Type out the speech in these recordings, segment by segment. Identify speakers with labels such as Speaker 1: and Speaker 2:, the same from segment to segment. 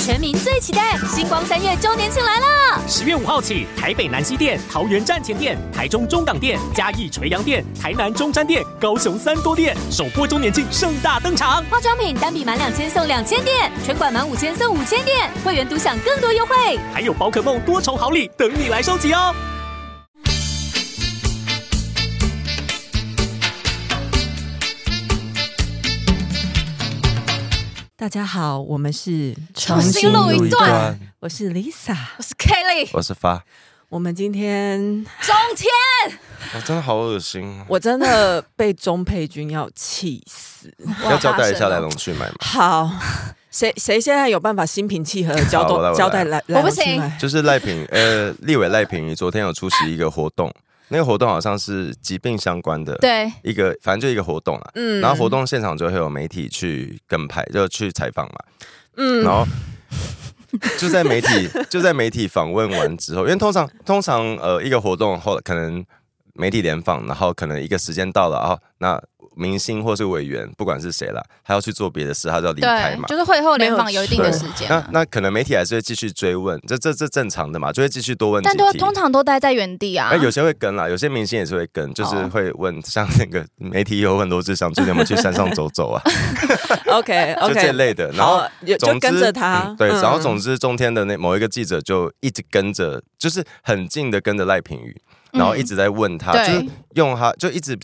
Speaker 1: 全民最期待星光三月周年庆来了！
Speaker 2: 十月五号起，台北南西店、桃园站前店、台中中港店、嘉义垂杨店、台南中山店、高雄三多店首波周年庆盛大登场。
Speaker 1: 化妆品单笔满两千送两千点，全馆满五千送五千点，会员独享更多优惠。
Speaker 2: 还有宝可梦多重好礼等你来收集哦！
Speaker 3: 大家好，我们是
Speaker 1: 重新录一段，
Speaker 3: 我是 Lisa，
Speaker 1: 我是 Kelly，
Speaker 4: 我是发，
Speaker 3: 我们今天
Speaker 1: 中天，
Speaker 4: 我真的好恶心啊，
Speaker 3: 我真的被钟佩君要气死。
Speaker 4: 要交代一下来龙去脉嘛，
Speaker 3: 好，谁谁现在有办法心平气和地交
Speaker 4: 好我来
Speaker 3: 代
Speaker 4: 我来
Speaker 3: 交代来？
Speaker 1: 我不
Speaker 3: 来龙去
Speaker 1: 行
Speaker 3: 脉
Speaker 4: 就是赖品呃，立委赖品妤昨天有出席一个活动，那个活动好像是疾病相关的，
Speaker 1: 对，
Speaker 4: 一个反正就一个活动啦，
Speaker 3: 嗯
Speaker 4: 然后活动现场就会有媒体去跟拍，就去采访嘛，
Speaker 3: 嗯
Speaker 4: 然后就在媒体 就在媒体访问完之后，因为通常通常呃一个活动后可能媒体联访，然后可能一个时间到了啊、哦，那明星或是委员不管是谁啦，他要去做别的事，他就要离开
Speaker 5: 对，
Speaker 4: 嘛
Speaker 5: 就。是会后联访有一定的
Speaker 4: 对
Speaker 5: 时间啊、
Speaker 4: 那那可能媒体还是会继续追问，这这这正常的嘛，就会继续多问几
Speaker 5: 但都
Speaker 4: 题。
Speaker 5: 通常都待在原地啊
Speaker 4: 哎，。有些会跟啦，有些明星也是会跟，就是
Speaker 5: 哦
Speaker 4: 会问，像那个媒体有问罗志祥最近有没有去山上走走 啊，
Speaker 3: ，OK
Speaker 4: 就这
Speaker 3: OK，
Speaker 4: 类的。然后
Speaker 5: 哦
Speaker 3: 就
Speaker 4: 总
Speaker 3: 就
Speaker 4: 之
Speaker 3: 跟着他
Speaker 4: 嗯，对，
Speaker 3: 嗯
Speaker 4: 然后总之中天的那某一个记者就一直跟着，就是很近的跟着赖品妤，然后一直在问他，
Speaker 5: 嗯对
Speaker 4: 就是用他就一直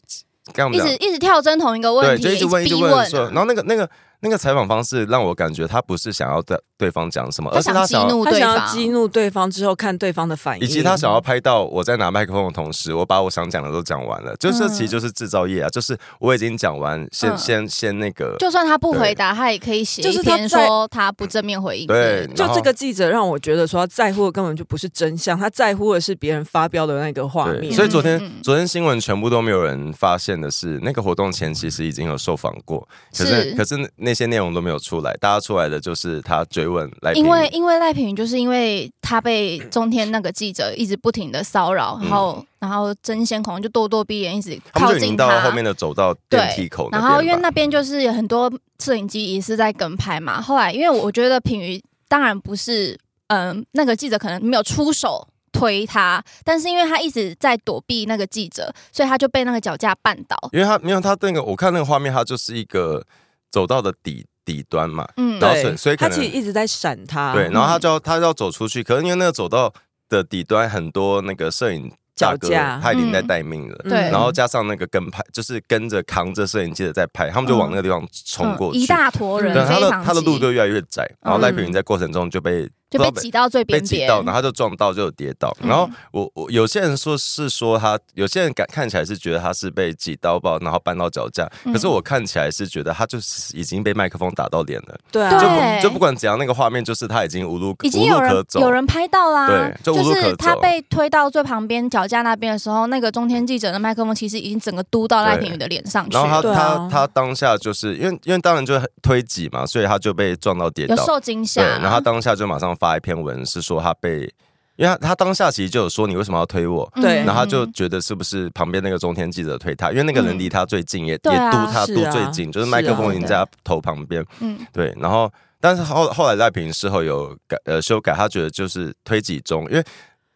Speaker 4: 跟我们
Speaker 5: 一直
Speaker 4: 讲，
Speaker 5: 一直跳针同一个问
Speaker 4: 对，
Speaker 5: 题，
Speaker 4: 就一直问一
Speaker 5: 逼
Speaker 4: 直
Speaker 5: 问啊、
Speaker 4: 问，说，然后那个那个那个采访方式让我感觉他不是想要对对方讲什么，而
Speaker 5: 他
Speaker 4: 哦是他
Speaker 5: 想激
Speaker 4: 想要。
Speaker 5: 怒
Speaker 3: 他
Speaker 5: 对
Speaker 3: 想要激
Speaker 5: 方。
Speaker 3: 怒对方之后，看对方的反应，
Speaker 4: 以及他想要拍到我在拿麦克风的同时，我把我想讲的都讲完了，就这其实就是制造业啊，就是我已经讲完，先、
Speaker 5: 嗯
Speaker 4: 先先那个，
Speaker 5: 就算他不回答，他也可以写
Speaker 3: 就是
Speaker 5: 一
Speaker 3: 他
Speaker 5: 篇
Speaker 3: 在
Speaker 5: 说他不正面回应之类的。
Speaker 4: 对，
Speaker 3: 就
Speaker 4: 然后
Speaker 3: 这个记者让我觉得说，他在乎的根本就不是真相，他在乎的是别人发飙的那个画
Speaker 4: 对，
Speaker 3: 面。
Speaker 4: 所以昨天、
Speaker 5: 嗯嗯
Speaker 4: 昨天新闻全部都没有人发现的是，那个活动前其实已经有受访过，可是
Speaker 5: 是
Speaker 4: 可是那些内容都没有出来，大家出来的就是他追问来宾，
Speaker 5: 因为因为赖品妤就是因为他被中天那个记者一直不停的骚扰，然后、然后争先恐后就咄咄逼人，一直
Speaker 4: 嗯他们
Speaker 5: 靠
Speaker 4: 就已经
Speaker 5: 近
Speaker 4: 到后面的走到电梯
Speaker 5: 对
Speaker 4: 口那边
Speaker 5: 然
Speaker 4: 吧，
Speaker 5: 后因为那边就是很多摄影机也是在跟拍嘛，后来因为我觉得品瑜当然不是，嗯、那个记者可能没有出手推他，但是因为他一直在躲避那个记者，所以他就被那个脚架绊倒。
Speaker 4: 因为他没有他那个我看那个画面，他就是一个走到的底底端嘛，
Speaker 5: 嗯，
Speaker 4: 然后
Speaker 3: 对
Speaker 4: 所以所以
Speaker 3: 他
Speaker 4: 可
Speaker 3: 其实
Speaker 4: 能
Speaker 3: 一直在闪
Speaker 5: 啊
Speaker 3: 他，
Speaker 4: 对，然后他就要他就要走出去，可是因为那个走到的底端很多那个摄影大哥
Speaker 3: 脚架
Speaker 4: 他已经在
Speaker 5: 嗯
Speaker 4: 待命了。
Speaker 3: 嗯
Speaker 5: 对
Speaker 4: 然后加上那个跟拍，就是跟着扛着摄影机的在拍，他们就往那个地方冲过去。
Speaker 5: 嗯一大坨人
Speaker 4: 对，，他
Speaker 5: 非
Speaker 4: 的
Speaker 5: 常
Speaker 4: 他的路
Speaker 5: 挤
Speaker 4: 就越来越窄，然后
Speaker 3: 嗯
Speaker 4: 赖品妤在过程中就被
Speaker 5: 就被挤到最
Speaker 4: 被
Speaker 5: 边
Speaker 4: 挤
Speaker 5: 边
Speaker 4: 到，，然后他就撞到就有跌倒。
Speaker 5: 嗯
Speaker 4: 然后我我有些人说是说他，有些人感看起来是觉得他是被挤到爆，然后绊到脚架，
Speaker 5: 嗯
Speaker 4: 可是我看起来是觉得他就是已经被麦克风打到脸了，
Speaker 3: 对
Speaker 5: 对
Speaker 4: 就
Speaker 3: 啊，
Speaker 4: 不就不管怎样，那个画面就是他已经无路
Speaker 5: 已经
Speaker 4: 无
Speaker 5: 有
Speaker 4: 路可
Speaker 5: 人
Speaker 4: 走
Speaker 5: 有。人拍到啦
Speaker 4: 对，就无路可
Speaker 5: 是他
Speaker 4: 走
Speaker 5: 被推到最旁边脚架那边的时候，那个中天记者的麦克风其实已经整个嘟到赖
Speaker 4: 对
Speaker 5: 品妤的脸上去
Speaker 4: 然后他
Speaker 5: 了，
Speaker 3: 对啊
Speaker 4: 他他当下就是因为因为当然就推挤嘛，所以他就被撞到跌
Speaker 5: 有
Speaker 4: 倒。
Speaker 5: 受惊吓啊
Speaker 4: 对，
Speaker 5: 啦，
Speaker 4: 然后他当下就马上发一篇文，是说他被，因为他他当下其实就有说你为什么要推我，
Speaker 5: 嗯
Speaker 3: 对
Speaker 4: 然后他就
Speaker 5: 嗯
Speaker 4: 觉得是不是旁边那个中天记者推他，因为那个人离他最近，也也
Speaker 5: 对啊
Speaker 4: 嘟他
Speaker 3: 是
Speaker 4: 嘟
Speaker 3: 啊
Speaker 4: 最近，就是
Speaker 3: 是
Speaker 4: 麦克
Speaker 3: 啊
Speaker 4: 风已经在他头旁边，
Speaker 5: 嗯
Speaker 4: 对，然后。但是后后来赖平事后有改呃修改，他觉得就是推挤中，因为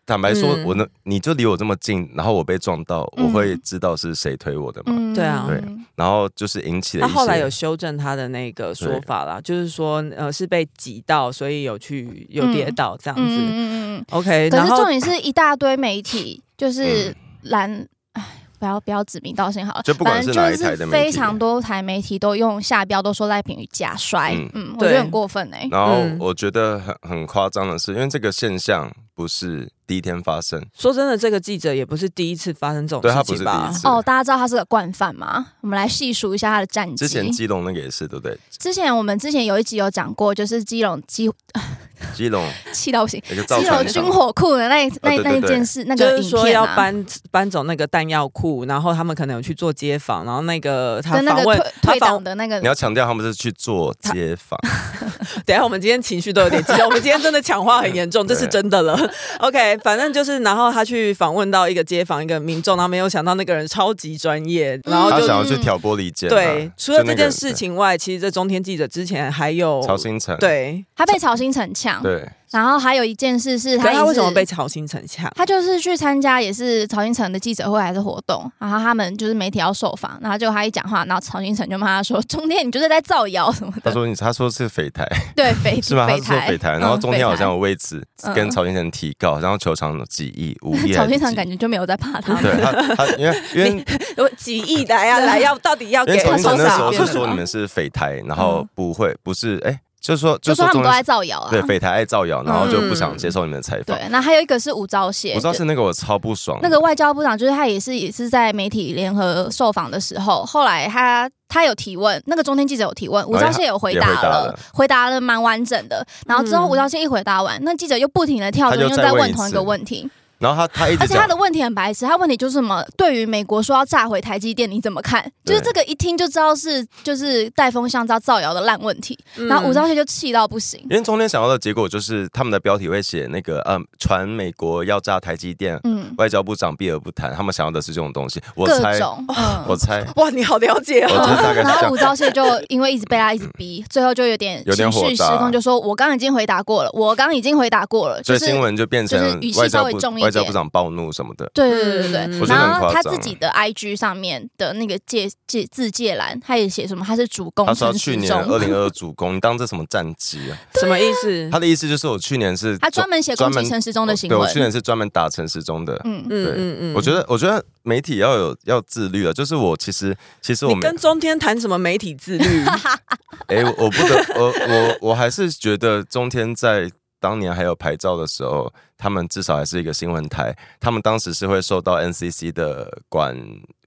Speaker 4: 坦白说，
Speaker 3: 嗯
Speaker 4: 我能你就离我这么近，然后我被撞到，我
Speaker 5: 嗯
Speaker 4: 会知道是谁推我的嘛。
Speaker 5: 嗯
Speaker 3: 对啊
Speaker 4: 对然后就是引起了
Speaker 3: 他
Speaker 4: 一些，
Speaker 3: 后来有修正他的那个说法啦，就是说呃是被挤到，所以有去有跌倒这样子。
Speaker 5: 嗯嗯嗯
Speaker 3: OK，
Speaker 5: 嗯。可
Speaker 3: 然
Speaker 5: 是
Speaker 3: 后
Speaker 5: 重点是一大堆媒体，就是
Speaker 4: 嗯
Speaker 5: 蓝，唉，不要不要指名道姓好了，
Speaker 4: 就不管
Speaker 5: 反
Speaker 4: 是
Speaker 5: 正
Speaker 4: 哪一
Speaker 5: 就
Speaker 4: 台
Speaker 5: 是
Speaker 4: 的媒体
Speaker 5: 非常多台媒体都用下标都说赖品妤假摔
Speaker 4: 嗯，
Speaker 5: 嗯，我
Speaker 3: 对
Speaker 5: 觉得很过分哎。
Speaker 4: 然后
Speaker 3: 嗯
Speaker 4: 我觉得很很夸张的是，因为这个现象不是第一天发生，
Speaker 3: 说真的，这个记者也不是第一次发生这种
Speaker 4: 对他
Speaker 3: 事
Speaker 4: 不是
Speaker 3: 情
Speaker 4: 第
Speaker 3: 吧
Speaker 4: 一？次。
Speaker 5: 哦，大家知道他是个惯犯吗？我们来细数一下他的战绩。
Speaker 4: 之前基隆那个也是，对不对？
Speaker 5: 之前我们之前有一集有讲过，就是基隆基
Speaker 4: 基隆
Speaker 5: 气到不行。
Speaker 4: 那个造
Speaker 5: 基
Speaker 4: 船
Speaker 5: 隆
Speaker 4: 厂
Speaker 5: 军火库的那那
Speaker 4: 哦对对
Speaker 5: 那一
Speaker 4: 对
Speaker 5: 件事，那
Speaker 3: 就
Speaker 5: 个
Speaker 3: 是
Speaker 5: 影
Speaker 3: 说
Speaker 5: 片
Speaker 3: 要
Speaker 5: 啊
Speaker 3: 搬搬走那个弹药库，然后他们可能有去做街访，然后那个他
Speaker 5: 跟那
Speaker 3: 访
Speaker 5: 个
Speaker 3: 问
Speaker 5: 退
Speaker 3: 他
Speaker 5: 退
Speaker 3: 访
Speaker 5: 党，的那个
Speaker 4: 你要强调他们是去做街访，
Speaker 3: 等一下我们今天情绪都有点激 动，我们今天真的抢话很严重，这是真的了。OK，反正就是，然后他去访问到一个街访一个民众，然后没有想到那个人超级专业，然后
Speaker 4: 他
Speaker 3: 哦就嗯
Speaker 4: 想要去挑拨离间啊。
Speaker 3: 对，除了
Speaker 4: 就那
Speaker 3: 这
Speaker 4: 个
Speaker 3: 件事，情外，其实这中天记者之前还有
Speaker 4: 对曹新成，
Speaker 3: 对，
Speaker 5: 他被曹新成呛，
Speaker 4: 对，
Speaker 5: 然后还有一件事是
Speaker 3: 可
Speaker 5: 他
Speaker 3: 是他
Speaker 5: 也
Speaker 3: 为什么
Speaker 5: 是
Speaker 3: 被曹新成呛？
Speaker 5: 他就是去参加也是曹新成的记者会还是活动，然后他们就是媒体要受访，然后就他一讲话，然后曹新成就骂他说：“ 中天你就是在造谣什么
Speaker 4: 他
Speaker 5: 的。
Speaker 4: 说你他说是匪台”
Speaker 5: 对，匪
Speaker 4: 是吗？他
Speaker 5: 匪
Speaker 4: 是说
Speaker 5: 台，
Speaker 4: 匪台，然后
Speaker 5: 嗯
Speaker 4: 中天好像
Speaker 5: 匪
Speaker 4: 有为此
Speaker 5: 嗯
Speaker 4: 跟曹先生提告，然后求偿几亿， 五
Speaker 5: 台
Speaker 4: 亿还
Speaker 5: 曹
Speaker 4: 是
Speaker 5: 新
Speaker 4: 几
Speaker 5: 成
Speaker 4: 亿。
Speaker 5: 感觉就没有在怕他们。
Speaker 4: 对他，他 因为因 为
Speaker 3: 有几亿来呀、啊、来要到底要
Speaker 4: 因
Speaker 3: 给
Speaker 4: 为曹先
Speaker 5: 重
Speaker 4: 生
Speaker 5: 庆
Speaker 3: 多
Speaker 4: 那时
Speaker 3: 少啊
Speaker 4: 候
Speaker 5: 变
Speaker 4: 是
Speaker 5: 成
Speaker 4: 说
Speaker 5: 了
Speaker 4: 你们是匪台，然后不会不是哎，就是说
Speaker 5: 嗯就说
Speaker 4: 说
Speaker 5: 他们
Speaker 4: 中
Speaker 5: 都
Speaker 4: 天
Speaker 5: 在造谣啊。
Speaker 4: 对匪台爱造谣，然后就不想
Speaker 3: 嗯
Speaker 4: 接受你们的采访。
Speaker 5: 对，那还有一个是吴钊燮，
Speaker 4: 我知道是那个我超不爽，
Speaker 5: 那个外交部长，就是他也是也是在媒体联合受访的时候，后来他他有提问，那个中天记者有提问，吴钊燮有回答
Speaker 4: 哦也回答
Speaker 5: 了
Speaker 4: 了，
Speaker 5: 回答了蛮完整的。然后之后
Speaker 3: 嗯
Speaker 5: 吴钊燮一回答完，那记者又不停的跳
Speaker 4: 他
Speaker 5: 针，
Speaker 4: 又
Speaker 5: 又
Speaker 4: 再
Speaker 5: 在
Speaker 4: 问
Speaker 5: 问
Speaker 4: 一
Speaker 5: 同一
Speaker 4: 次
Speaker 5: 个问题，
Speaker 4: 然后他他一直
Speaker 5: 而且他
Speaker 4: 讲
Speaker 5: 的，问题很白痴，他问题就是什么？对于美国说要炸毁台积电，你怎么看？就是
Speaker 4: 对
Speaker 5: 这个一听就知道是就是带风向造造谣的烂问题。
Speaker 4: 嗯
Speaker 5: 然后吴钊燮就气到不行，
Speaker 4: 因为中天想要的结果就是他们的标题会写那个嗯，传美国要炸台积电，
Speaker 5: 嗯，
Speaker 4: 外交部长避而不谈，他们想要的是这种东西。我
Speaker 5: 各
Speaker 4: 猜，
Speaker 5: 种，
Speaker 4: 我
Speaker 5: 嗯。
Speaker 4: 猜，
Speaker 3: 哇，你好了解
Speaker 4: 我
Speaker 3: 哦。
Speaker 4: 觉得大概是
Speaker 5: 然
Speaker 4: 这
Speaker 5: 后
Speaker 4: 样嗯
Speaker 5: 吴。钊燮就因为一直被他一直逼，最后就有点
Speaker 4: 有点
Speaker 5: 情
Speaker 4: 火
Speaker 5: 绪失
Speaker 4: 大
Speaker 5: 控，就说：“我刚刚已经回答过了，我刚刚已经回答过了。”
Speaker 4: 所
Speaker 5: 就
Speaker 4: 以
Speaker 5: 是
Speaker 4: 新闻就变成
Speaker 5: 就是语气
Speaker 4: 外交
Speaker 5: 稍微重
Speaker 4: 部
Speaker 5: 一点
Speaker 4: 外交部长暴怒什么的。
Speaker 5: 对对对对
Speaker 3: 嗯
Speaker 5: 对
Speaker 4: 我。觉得很
Speaker 5: 然后
Speaker 4: 夸
Speaker 5: 他
Speaker 4: 张
Speaker 5: 自己的 IG 上面的那个介介自介栏，他也写什么？他是主攻
Speaker 4: 他说
Speaker 5: 陈
Speaker 4: 他去
Speaker 5: 时
Speaker 4: 年
Speaker 5: 中
Speaker 4: 二零二主攻，你当这什么战绩 啊？
Speaker 3: 什么意思？
Speaker 4: 他的意思就是我去年是哦
Speaker 5: 他专门写攻击陈时中的行
Speaker 4: 对我去
Speaker 5: 为。
Speaker 4: 年是专门打陈时中的。
Speaker 5: 嗯，
Speaker 4: 对
Speaker 3: 嗯
Speaker 4: 我觉得，我觉得媒体要有要自律啊。就是我其实，其实我
Speaker 3: 你
Speaker 4: 没
Speaker 3: 跟中天谈什么媒体自 律？
Speaker 4: 哎、我我不得，我我我还是觉得中天在当年还有牌照的时候，他们至少还是一个新闻台，他们当时是会受到 NCC 的管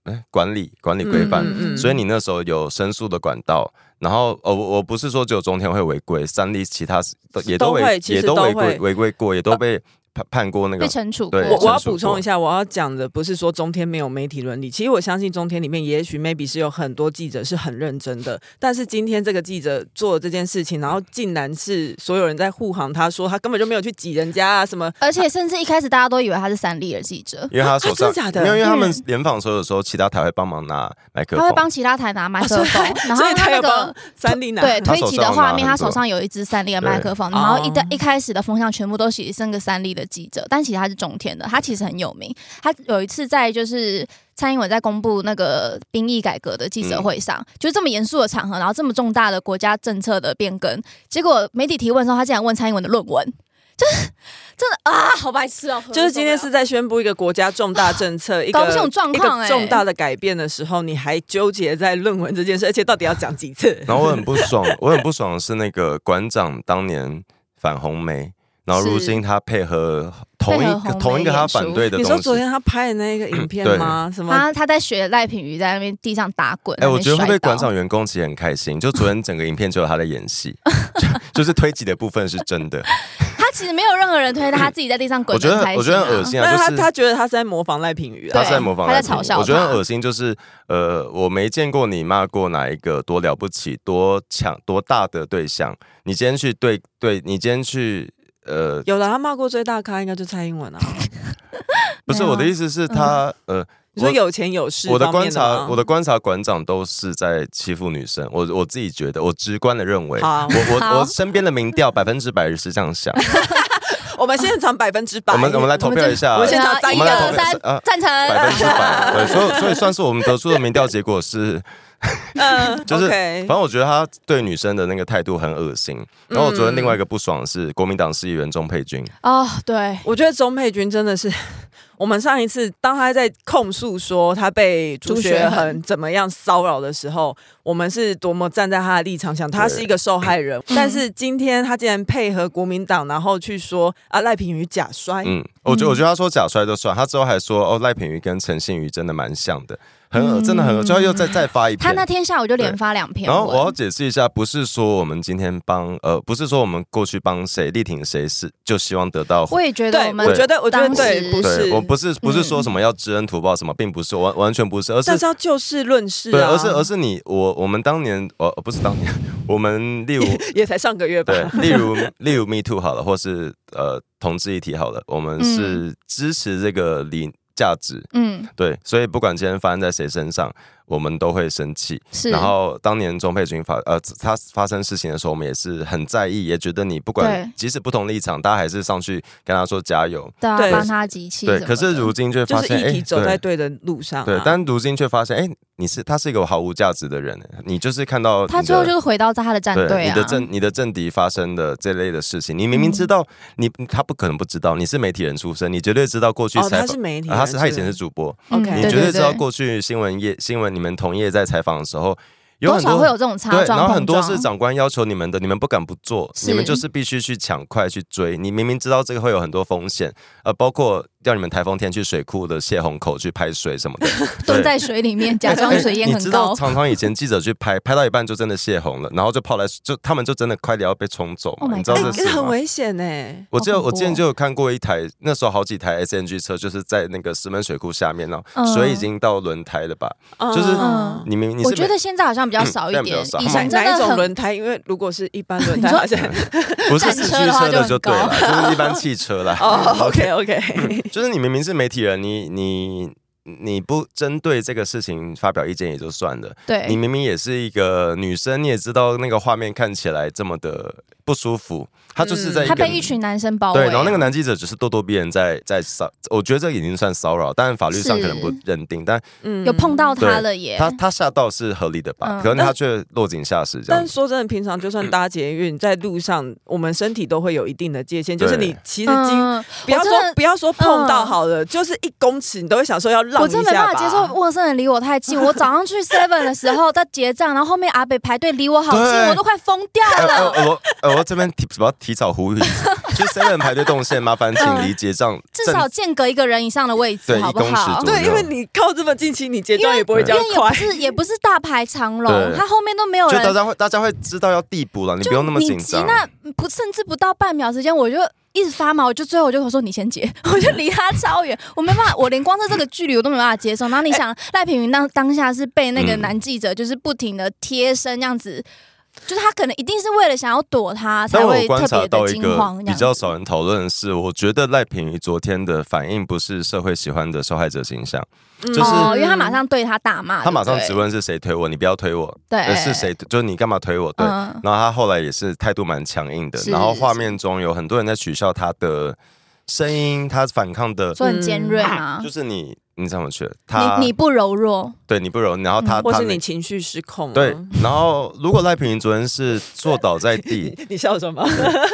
Speaker 4: 哎管理管理规范，
Speaker 5: 嗯
Speaker 4: 所以你那时候有申诉的管道。然后，呃，我我不是说只有中天会违规，三立其他都也
Speaker 3: 都
Speaker 4: 违
Speaker 3: 会其
Speaker 4: 也
Speaker 3: 实
Speaker 4: 都
Speaker 3: 都
Speaker 4: 违规
Speaker 3: 会呃
Speaker 4: 违规过，也都被判判过那
Speaker 5: 被
Speaker 4: 个。
Speaker 5: 惩处过
Speaker 4: 对。
Speaker 3: 我我要
Speaker 4: 陈述
Speaker 3: 补充
Speaker 4: 过
Speaker 3: 一下，我要讲的不是说中天没有媒体伦理，其实我相信中天里面也许 maybe 是有很多记者是很认真的，但是今天这个记者做这件事情，然后竟然是所有人在护航，他说他根本就没有去挤人家啊什么，
Speaker 5: 而且甚至一开始大家都以为他是三立的记者，
Speaker 4: 因为他手上
Speaker 3: 啊真的假的
Speaker 4: 没有，因为他们
Speaker 5: 嗯
Speaker 4: 联访的时候，有时候其他台会帮忙拿麦克
Speaker 5: 他
Speaker 4: 风
Speaker 5: 会，帮其他台拿麦克风，然后
Speaker 3: 所以
Speaker 5: 他
Speaker 3: 他
Speaker 5: 那
Speaker 3: 有帮
Speaker 5: 个。
Speaker 3: 三立拿。
Speaker 5: 对
Speaker 4: 他
Speaker 5: 推
Speaker 4: 手
Speaker 5: 挤
Speaker 4: 上
Speaker 5: 的
Speaker 4: 有拿
Speaker 5: 画面，
Speaker 4: 很
Speaker 5: 他
Speaker 4: 多
Speaker 5: 手上有一支三立的麦克风，
Speaker 3: 对
Speaker 5: 然后一的
Speaker 3: 哦
Speaker 5: 一开始的风向全部都写是个三立的记者，但其实他是中天的，他其实很有名。他有一次在就是蔡英文在公布那个兵役改革的记者会
Speaker 4: 嗯
Speaker 5: 上，就是这么严肃的场合，然后这么重大的国家政策的变更，结果媒体提问的时候，他竟然问蔡英文的论文， 就是真的啊，好白痴哦！
Speaker 3: 就是今天是在宣布一个国家重大政策，一个
Speaker 5: 啊搞不清楚状况
Speaker 3: 一个
Speaker 5: 欸
Speaker 3: 重大的改变的时候，你还纠结在论文这件事，而且到底要讲几次？
Speaker 4: 然后我很不 爽，我很不爽的是那个馆长当年反红梅，然后如今他配合同一
Speaker 5: 配合红
Speaker 4: 个
Speaker 5: 梅
Speaker 4: 同一个他反对的
Speaker 3: 你说
Speaker 4: 东
Speaker 3: 昨
Speaker 4: 西。
Speaker 3: 天他拍的那个影片
Speaker 4: 对
Speaker 3: 吗？什么？
Speaker 5: 他他在学赖品妤在那边地上打滚，
Speaker 4: 哎，我觉得会
Speaker 5: 那
Speaker 4: 不会
Speaker 5: 边摔倒
Speaker 4: 馆长员工其实很开心？就昨天整个影片只有他在演 戏，就就是推挤的部分是真的。
Speaker 5: 他其实没有任何人推他，他自己在地上滚
Speaker 4: 我觉
Speaker 5: 得
Speaker 4: 得
Speaker 5: 很开心啊、
Speaker 4: 我觉得很恶心啊，
Speaker 3: 那
Speaker 4: 就
Speaker 3: 他
Speaker 4: 是
Speaker 3: 他觉得他是在模仿赖品妤啊
Speaker 4: 他
Speaker 5: 对
Speaker 4: 是在模仿
Speaker 5: 他在
Speaker 4: 赖品
Speaker 5: 嘲
Speaker 4: 妤
Speaker 5: 笑
Speaker 4: 我觉得
Speaker 5: 他
Speaker 4: 很恶心，就是呃，我没见过你骂过哪一个多了不起、多强、多大的对象。你今天去对对，你今天去呃
Speaker 3: 有了，他骂过最大咖应该就蔡英文啊。
Speaker 4: 不是
Speaker 5: 没有
Speaker 4: 我的意思是他、
Speaker 5: 嗯
Speaker 4: 呃，
Speaker 3: 你说
Speaker 4: 我
Speaker 3: 有钱有势
Speaker 4: 我的
Speaker 3: 方
Speaker 4: 观
Speaker 3: 面
Speaker 4: 察，
Speaker 3: 吗
Speaker 4: 我的观察，馆长都是在欺负女生。我我自己觉得，我直观的认为，
Speaker 3: 好
Speaker 4: 我我
Speaker 5: 好
Speaker 4: 我身边的民 调百分之百是这样想。
Speaker 3: 我们现场百分之百，
Speaker 4: 我们我们来投票一下，
Speaker 3: 我们现在
Speaker 5: 然后一
Speaker 4: 我们来投
Speaker 5: 二
Speaker 4: 票
Speaker 5: 三，
Speaker 4: 啊，
Speaker 5: 赞
Speaker 4: 百分之
Speaker 5: 成。
Speaker 4: 百。对，所以所以算是我们得出的民调结果是，
Speaker 3: 嗯，
Speaker 4: 就是反
Speaker 3: OK
Speaker 4: 正我觉得他对女生的那个态度很恶心。然后我昨天另外一个不爽的
Speaker 3: 嗯
Speaker 4: 是国民党市议员钟佩君，
Speaker 3: 哎
Speaker 5: 哦，对，
Speaker 3: 我觉得钟佩君真的是， 我们上一次当他在控诉说他被朱学恒怎么样骚扰的时候，我们是多么站在他的立场想，他是一个受害人。但是今天他竟然配合国民党，然后去说啊赖品妤假摔，嗯
Speaker 4: 嗯嗯，我觉得我觉得他说假摔就算，他之后还说哦赖品妤跟陈信妤真的蛮像的。很恶，真的很恶，
Speaker 5: 嗯
Speaker 4: 就要又再再发一
Speaker 5: 他那
Speaker 4: 篇。
Speaker 5: 天下午就连发两篇
Speaker 4: 然后我要
Speaker 5: 文，
Speaker 4: 解释一下，不是说我们今天帮呃，不是说我们过去帮谁力挺谁是就希望得到
Speaker 5: 我也觉得
Speaker 3: 对，
Speaker 5: 我们
Speaker 3: 我觉得我觉得
Speaker 5: 当
Speaker 3: 对，
Speaker 5: 时
Speaker 3: 不
Speaker 4: 对
Speaker 3: 是，
Speaker 4: 我不是不是
Speaker 3: 嗯
Speaker 4: 说什么要知恩图报什么，并不是完完全不是，而是
Speaker 3: 但是要就事论事
Speaker 4: 对，
Speaker 3: 啊，
Speaker 4: 而是而是你我我们当年呃不是当年，我 们例如
Speaker 3: 也才上个月吧，
Speaker 4: 对，例如例如 Me Too 好了，或是呃同志议题好了，我们是
Speaker 3: 嗯
Speaker 4: 支持这个理价值，
Speaker 5: 嗯
Speaker 4: 对，所以不管今天发生在谁身上，我们都会生气。
Speaker 5: 是，
Speaker 4: 然后当年钟佩君发呃他发生事情的时候，我们也是很在意，也觉得你不管
Speaker 5: 对
Speaker 4: 即使不同立场，大家还是上去跟他说加油。
Speaker 5: 对啊
Speaker 3: 对
Speaker 5: 帮他集气什么
Speaker 4: 对，
Speaker 5: 的，
Speaker 4: 可是如今就 会
Speaker 3: 就
Speaker 4: 发
Speaker 3: 是
Speaker 4: 现，
Speaker 3: 一
Speaker 4: 哎，
Speaker 3: 体走在
Speaker 4: 对
Speaker 3: 对的路上啊，
Speaker 4: 对，但如今却发现，哎，你是他是一个毫无价值的人，你就是看到
Speaker 5: 他
Speaker 4: 你的
Speaker 5: 最后就是回到他的战队
Speaker 4: 你
Speaker 5: 啊，
Speaker 4: 的政你的政敌发生的这类的事情，你明明知道，
Speaker 5: 哦
Speaker 4: 你他不可能不知道，你是媒体人出身，你绝对知道过去
Speaker 3: 哦，
Speaker 4: 采
Speaker 3: 他
Speaker 4: 访、
Speaker 3: 是媒体人，
Speaker 4: 啊他是他以前
Speaker 3: 不
Speaker 4: 是主播，
Speaker 5: 嗯
Speaker 3: OK
Speaker 4: 你
Speaker 5: 对
Speaker 4: 绝对
Speaker 5: 对
Speaker 4: 知道
Speaker 5: 对，
Speaker 4: 过去新闻业新闻你们同业在采访的时候，有
Speaker 5: 多
Speaker 4: 很
Speaker 5: 少会有
Speaker 4: 多。
Speaker 5: 这种擦
Speaker 4: 对，
Speaker 5: 撞
Speaker 4: 然后很
Speaker 5: 碰
Speaker 4: 多
Speaker 5: 撞，
Speaker 4: 是长官要求你们的，你们不敢不做，
Speaker 5: 是
Speaker 4: 你们就是必须去抢快去追。你明明知道这个会有很多风险，呃，包括要你们台风天去水库的泄洪口去排水什么 的，对
Speaker 5: 蹲在水里面假装
Speaker 4: 哎
Speaker 5: 水淹
Speaker 4: 你
Speaker 5: 很
Speaker 4: 知道，
Speaker 5: 高，
Speaker 4: 常常以前记者去拍，拍到一半就真的泄洪了，然后就泡来，就他们就真的快点要被冲走嘛
Speaker 5: Oh my
Speaker 4: 你知道这
Speaker 3: 哎，
Speaker 4: 是
Speaker 3: 这
Speaker 4: 吗
Speaker 3: 很危险呢。
Speaker 4: 我记得
Speaker 5: 好
Speaker 4: 我
Speaker 5: 恐怖哦
Speaker 4: 之前就有看过一台，那时候好几台 SNG 车，就是在那个石门水库下面哦，
Speaker 5: 嗯
Speaker 4: 水已经到轮胎了吧？就是
Speaker 3: 嗯
Speaker 4: 你明你是
Speaker 5: 我觉
Speaker 4: 没
Speaker 5: 得现在好像比较少一
Speaker 4: 现在比较
Speaker 5: 点
Speaker 4: 少，
Speaker 5: 以
Speaker 3: 哪
Speaker 4: 他
Speaker 5: 前
Speaker 4: 们
Speaker 5: 真
Speaker 3: 哪一
Speaker 5: 的
Speaker 3: 种
Speaker 5: 很
Speaker 3: 轮胎？因为如果是一般轮胎，
Speaker 5: 你说
Speaker 3: 好像。
Speaker 4: 不是四驱
Speaker 5: 战车的
Speaker 4: 车
Speaker 5: 话就
Speaker 4: 的
Speaker 5: 很
Speaker 4: 就对了，就是一般汽车啦
Speaker 3: 哦，OK OK，
Speaker 4: 就是你明明是媒体人，你你你不针对这个事情发表意见也就算了，
Speaker 5: 对，
Speaker 4: 你明明也是一个女生，你也知道那个画面看起来这么的不舒服，她就是在一
Speaker 5: 他
Speaker 4: 个、
Speaker 5: 嗯被一群男生包围
Speaker 4: 对，
Speaker 5: 啊，
Speaker 4: 然后那个男记者只是咄咄逼人在，在骚，我觉得这已经算骚扰，但法律上可能不认定，但
Speaker 3: 嗯
Speaker 5: 有碰到他了耶，
Speaker 4: 他他吓到是合理的吧？
Speaker 5: 嗯
Speaker 4: 可能他却落井下石这样
Speaker 3: 但
Speaker 4: 子。
Speaker 3: 说真的，平常就算搭捷运，在路上，我们身体都会有一定的界限，就是
Speaker 4: 对
Speaker 3: 你其实几乎
Speaker 5: 嗯，
Speaker 3: 不要
Speaker 5: 我
Speaker 3: 说
Speaker 5: 真的
Speaker 3: 不要说碰到
Speaker 5: 嗯
Speaker 3: 好了，就是一公尺你都会想说要让
Speaker 5: 我
Speaker 3: 一下
Speaker 5: 真没办法
Speaker 3: 吧
Speaker 5: 接受陌生人离我太近。我早上去 Seven 的时候在结账，然后后面阿北排队离我好近，
Speaker 4: 对
Speaker 5: 我都快疯掉
Speaker 4: 呃呃
Speaker 5: 了。
Speaker 4: 呃我呃我这边提我要提早呼吁， 就是 seven 排队动线，麻烦请离结账
Speaker 5: 嗯至少
Speaker 4: 正
Speaker 5: 间隔一个人以上的位置，
Speaker 4: 对
Speaker 5: 好不
Speaker 4: 一公尺
Speaker 5: 好
Speaker 4: 左？
Speaker 3: 对，因为你靠这么近，其实你结账也不会这样
Speaker 5: 因为也
Speaker 3: 快
Speaker 5: 不。是也不是大排长龙，
Speaker 4: 对
Speaker 5: 他后面都没有
Speaker 4: 就大
Speaker 5: 人。
Speaker 4: 家会大家会知道要递补了，你不用那么紧
Speaker 5: 你急
Speaker 4: 张。
Speaker 5: 那不甚至不到半秒时间，我就一直发毛，我就最后我就我说你先结， 我就离他超远，我没办法，我连光是这个距离我都没办法接受。然后 你想，赖品云当当下是被那个
Speaker 4: 嗯
Speaker 5: 男记者就是不停的贴身这样子。就是他可能一定是为了想要躲他，才
Speaker 4: 但我
Speaker 5: 会
Speaker 4: 有观
Speaker 5: 特
Speaker 4: 察
Speaker 5: 别
Speaker 4: 到
Speaker 5: 的
Speaker 4: 一
Speaker 5: 惊
Speaker 4: 个
Speaker 5: 慌这
Speaker 4: 比
Speaker 5: 样子。
Speaker 4: 较少人讨论的是，我觉得赖品妤昨天的反应不是社会喜欢的受害者形象，就是
Speaker 5: 哦，因为他马上对他大骂，
Speaker 4: 他马上
Speaker 5: 对
Speaker 4: 质
Speaker 5: 不
Speaker 4: 问是谁推我，你不要推我，
Speaker 5: 对
Speaker 4: 呃
Speaker 5: 对
Speaker 4: 是谁？就是你干嘛推我？对。
Speaker 5: 嗯
Speaker 4: 然后他后来也是态度蛮强硬的，
Speaker 5: 是
Speaker 4: 然后画面中有很多人在取笑他的声音，他反抗的，
Speaker 5: 说很尖锐吗
Speaker 4: 嗯就？是你，你怎么去？他
Speaker 5: 你你嗯不柔弱，
Speaker 4: 对你不容，然后他
Speaker 3: 或
Speaker 4: 他
Speaker 3: 是
Speaker 4: 那
Speaker 3: 你情绪失控、啊，
Speaker 4: 对，然后如果赖品妤主任是坐倒在 地，
Speaker 3: 你笑什么？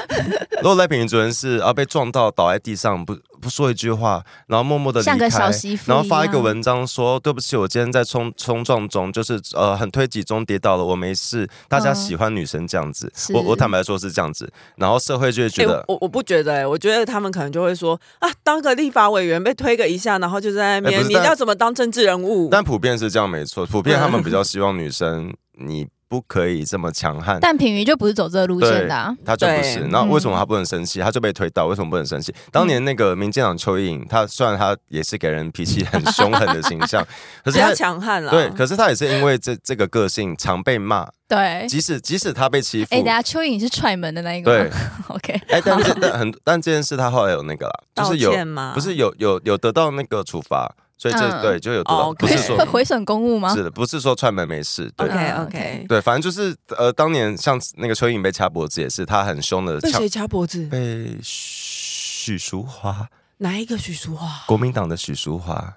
Speaker 4: 如果赖品妤主任是啊被撞到倒在地上，不不说一句话，然后默默的离
Speaker 5: 像
Speaker 4: 开
Speaker 5: 个，小媳妇
Speaker 4: 然后发一
Speaker 5: 样
Speaker 4: 个文章说：“对不起，我今天在冲冲撞中，就是呃很推挤中跌倒了，我没事。”大家
Speaker 5: 嗯
Speaker 4: 喜欢女生这样子，
Speaker 5: 是
Speaker 4: 我我坦白说是这样子，然后社会就会觉
Speaker 3: 哎
Speaker 4: 得，
Speaker 3: 我我不觉得、哎，我觉得他们可能就会说啊，当个立法委员被推个一下，然后就在那边，
Speaker 4: 哎不是
Speaker 3: 你
Speaker 4: 但
Speaker 3: 要怎么当政治人物？
Speaker 4: 但普遍是这样没错，普
Speaker 5: 嗯
Speaker 4: 遍他们比较希望女生你不可以这么强悍。
Speaker 5: 但品瑜就不是走这个路线的啊。
Speaker 4: 他就不是
Speaker 3: 对，
Speaker 4: 那
Speaker 5: 嗯
Speaker 4: 为什么他不能生气？他就被推倒，为什么不能生气？当年那个民进党邱莹，他虽然他也是给人脾气很凶狠的形 象，可
Speaker 3: 比
Speaker 4: 是
Speaker 3: 较
Speaker 4: 他
Speaker 3: 强悍啦。
Speaker 4: 对，可是他也是因为这这个个性常被骂，
Speaker 5: 对，
Speaker 4: 即使即使他被欺负
Speaker 5: 哎，等，下蚯蚓是踹门的那一个
Speaker 4: 对
Speaker 5: 吗 ，OK，
Speaker 4: 哎，但是但很但这件事他后来有那个 啦，就是有
Speaker 3: 道歉吗
Speaker 4: 不是有有有得到那个处罚，所以这
Speaker 5: 嗯
Speaker 4: 对就有得到，
Speaker 3: 哦
Speaker 4: 不是
Speaker 3: 可以
Speaker 4: 说
Speaker 5: 会毁损公务吗
Speaker 4: 是？的，不是说串门没事，对啊
Speaker 3: OK
Speaker 5: 嗯
Speaker 3: OK，
Speaker 4: 对，反正就是呃，当年像那个邱莹被掐脖子也是，他很凶的
Speaker 3: 被
Speaker 4: 掐
Speaker 3: 谁掐脖子？
Speaker 4: 被许淑华，
Speaker 3: 哪一个许淑华？
Speaker 4: 国民党的许淑华
Speaker 5: 啊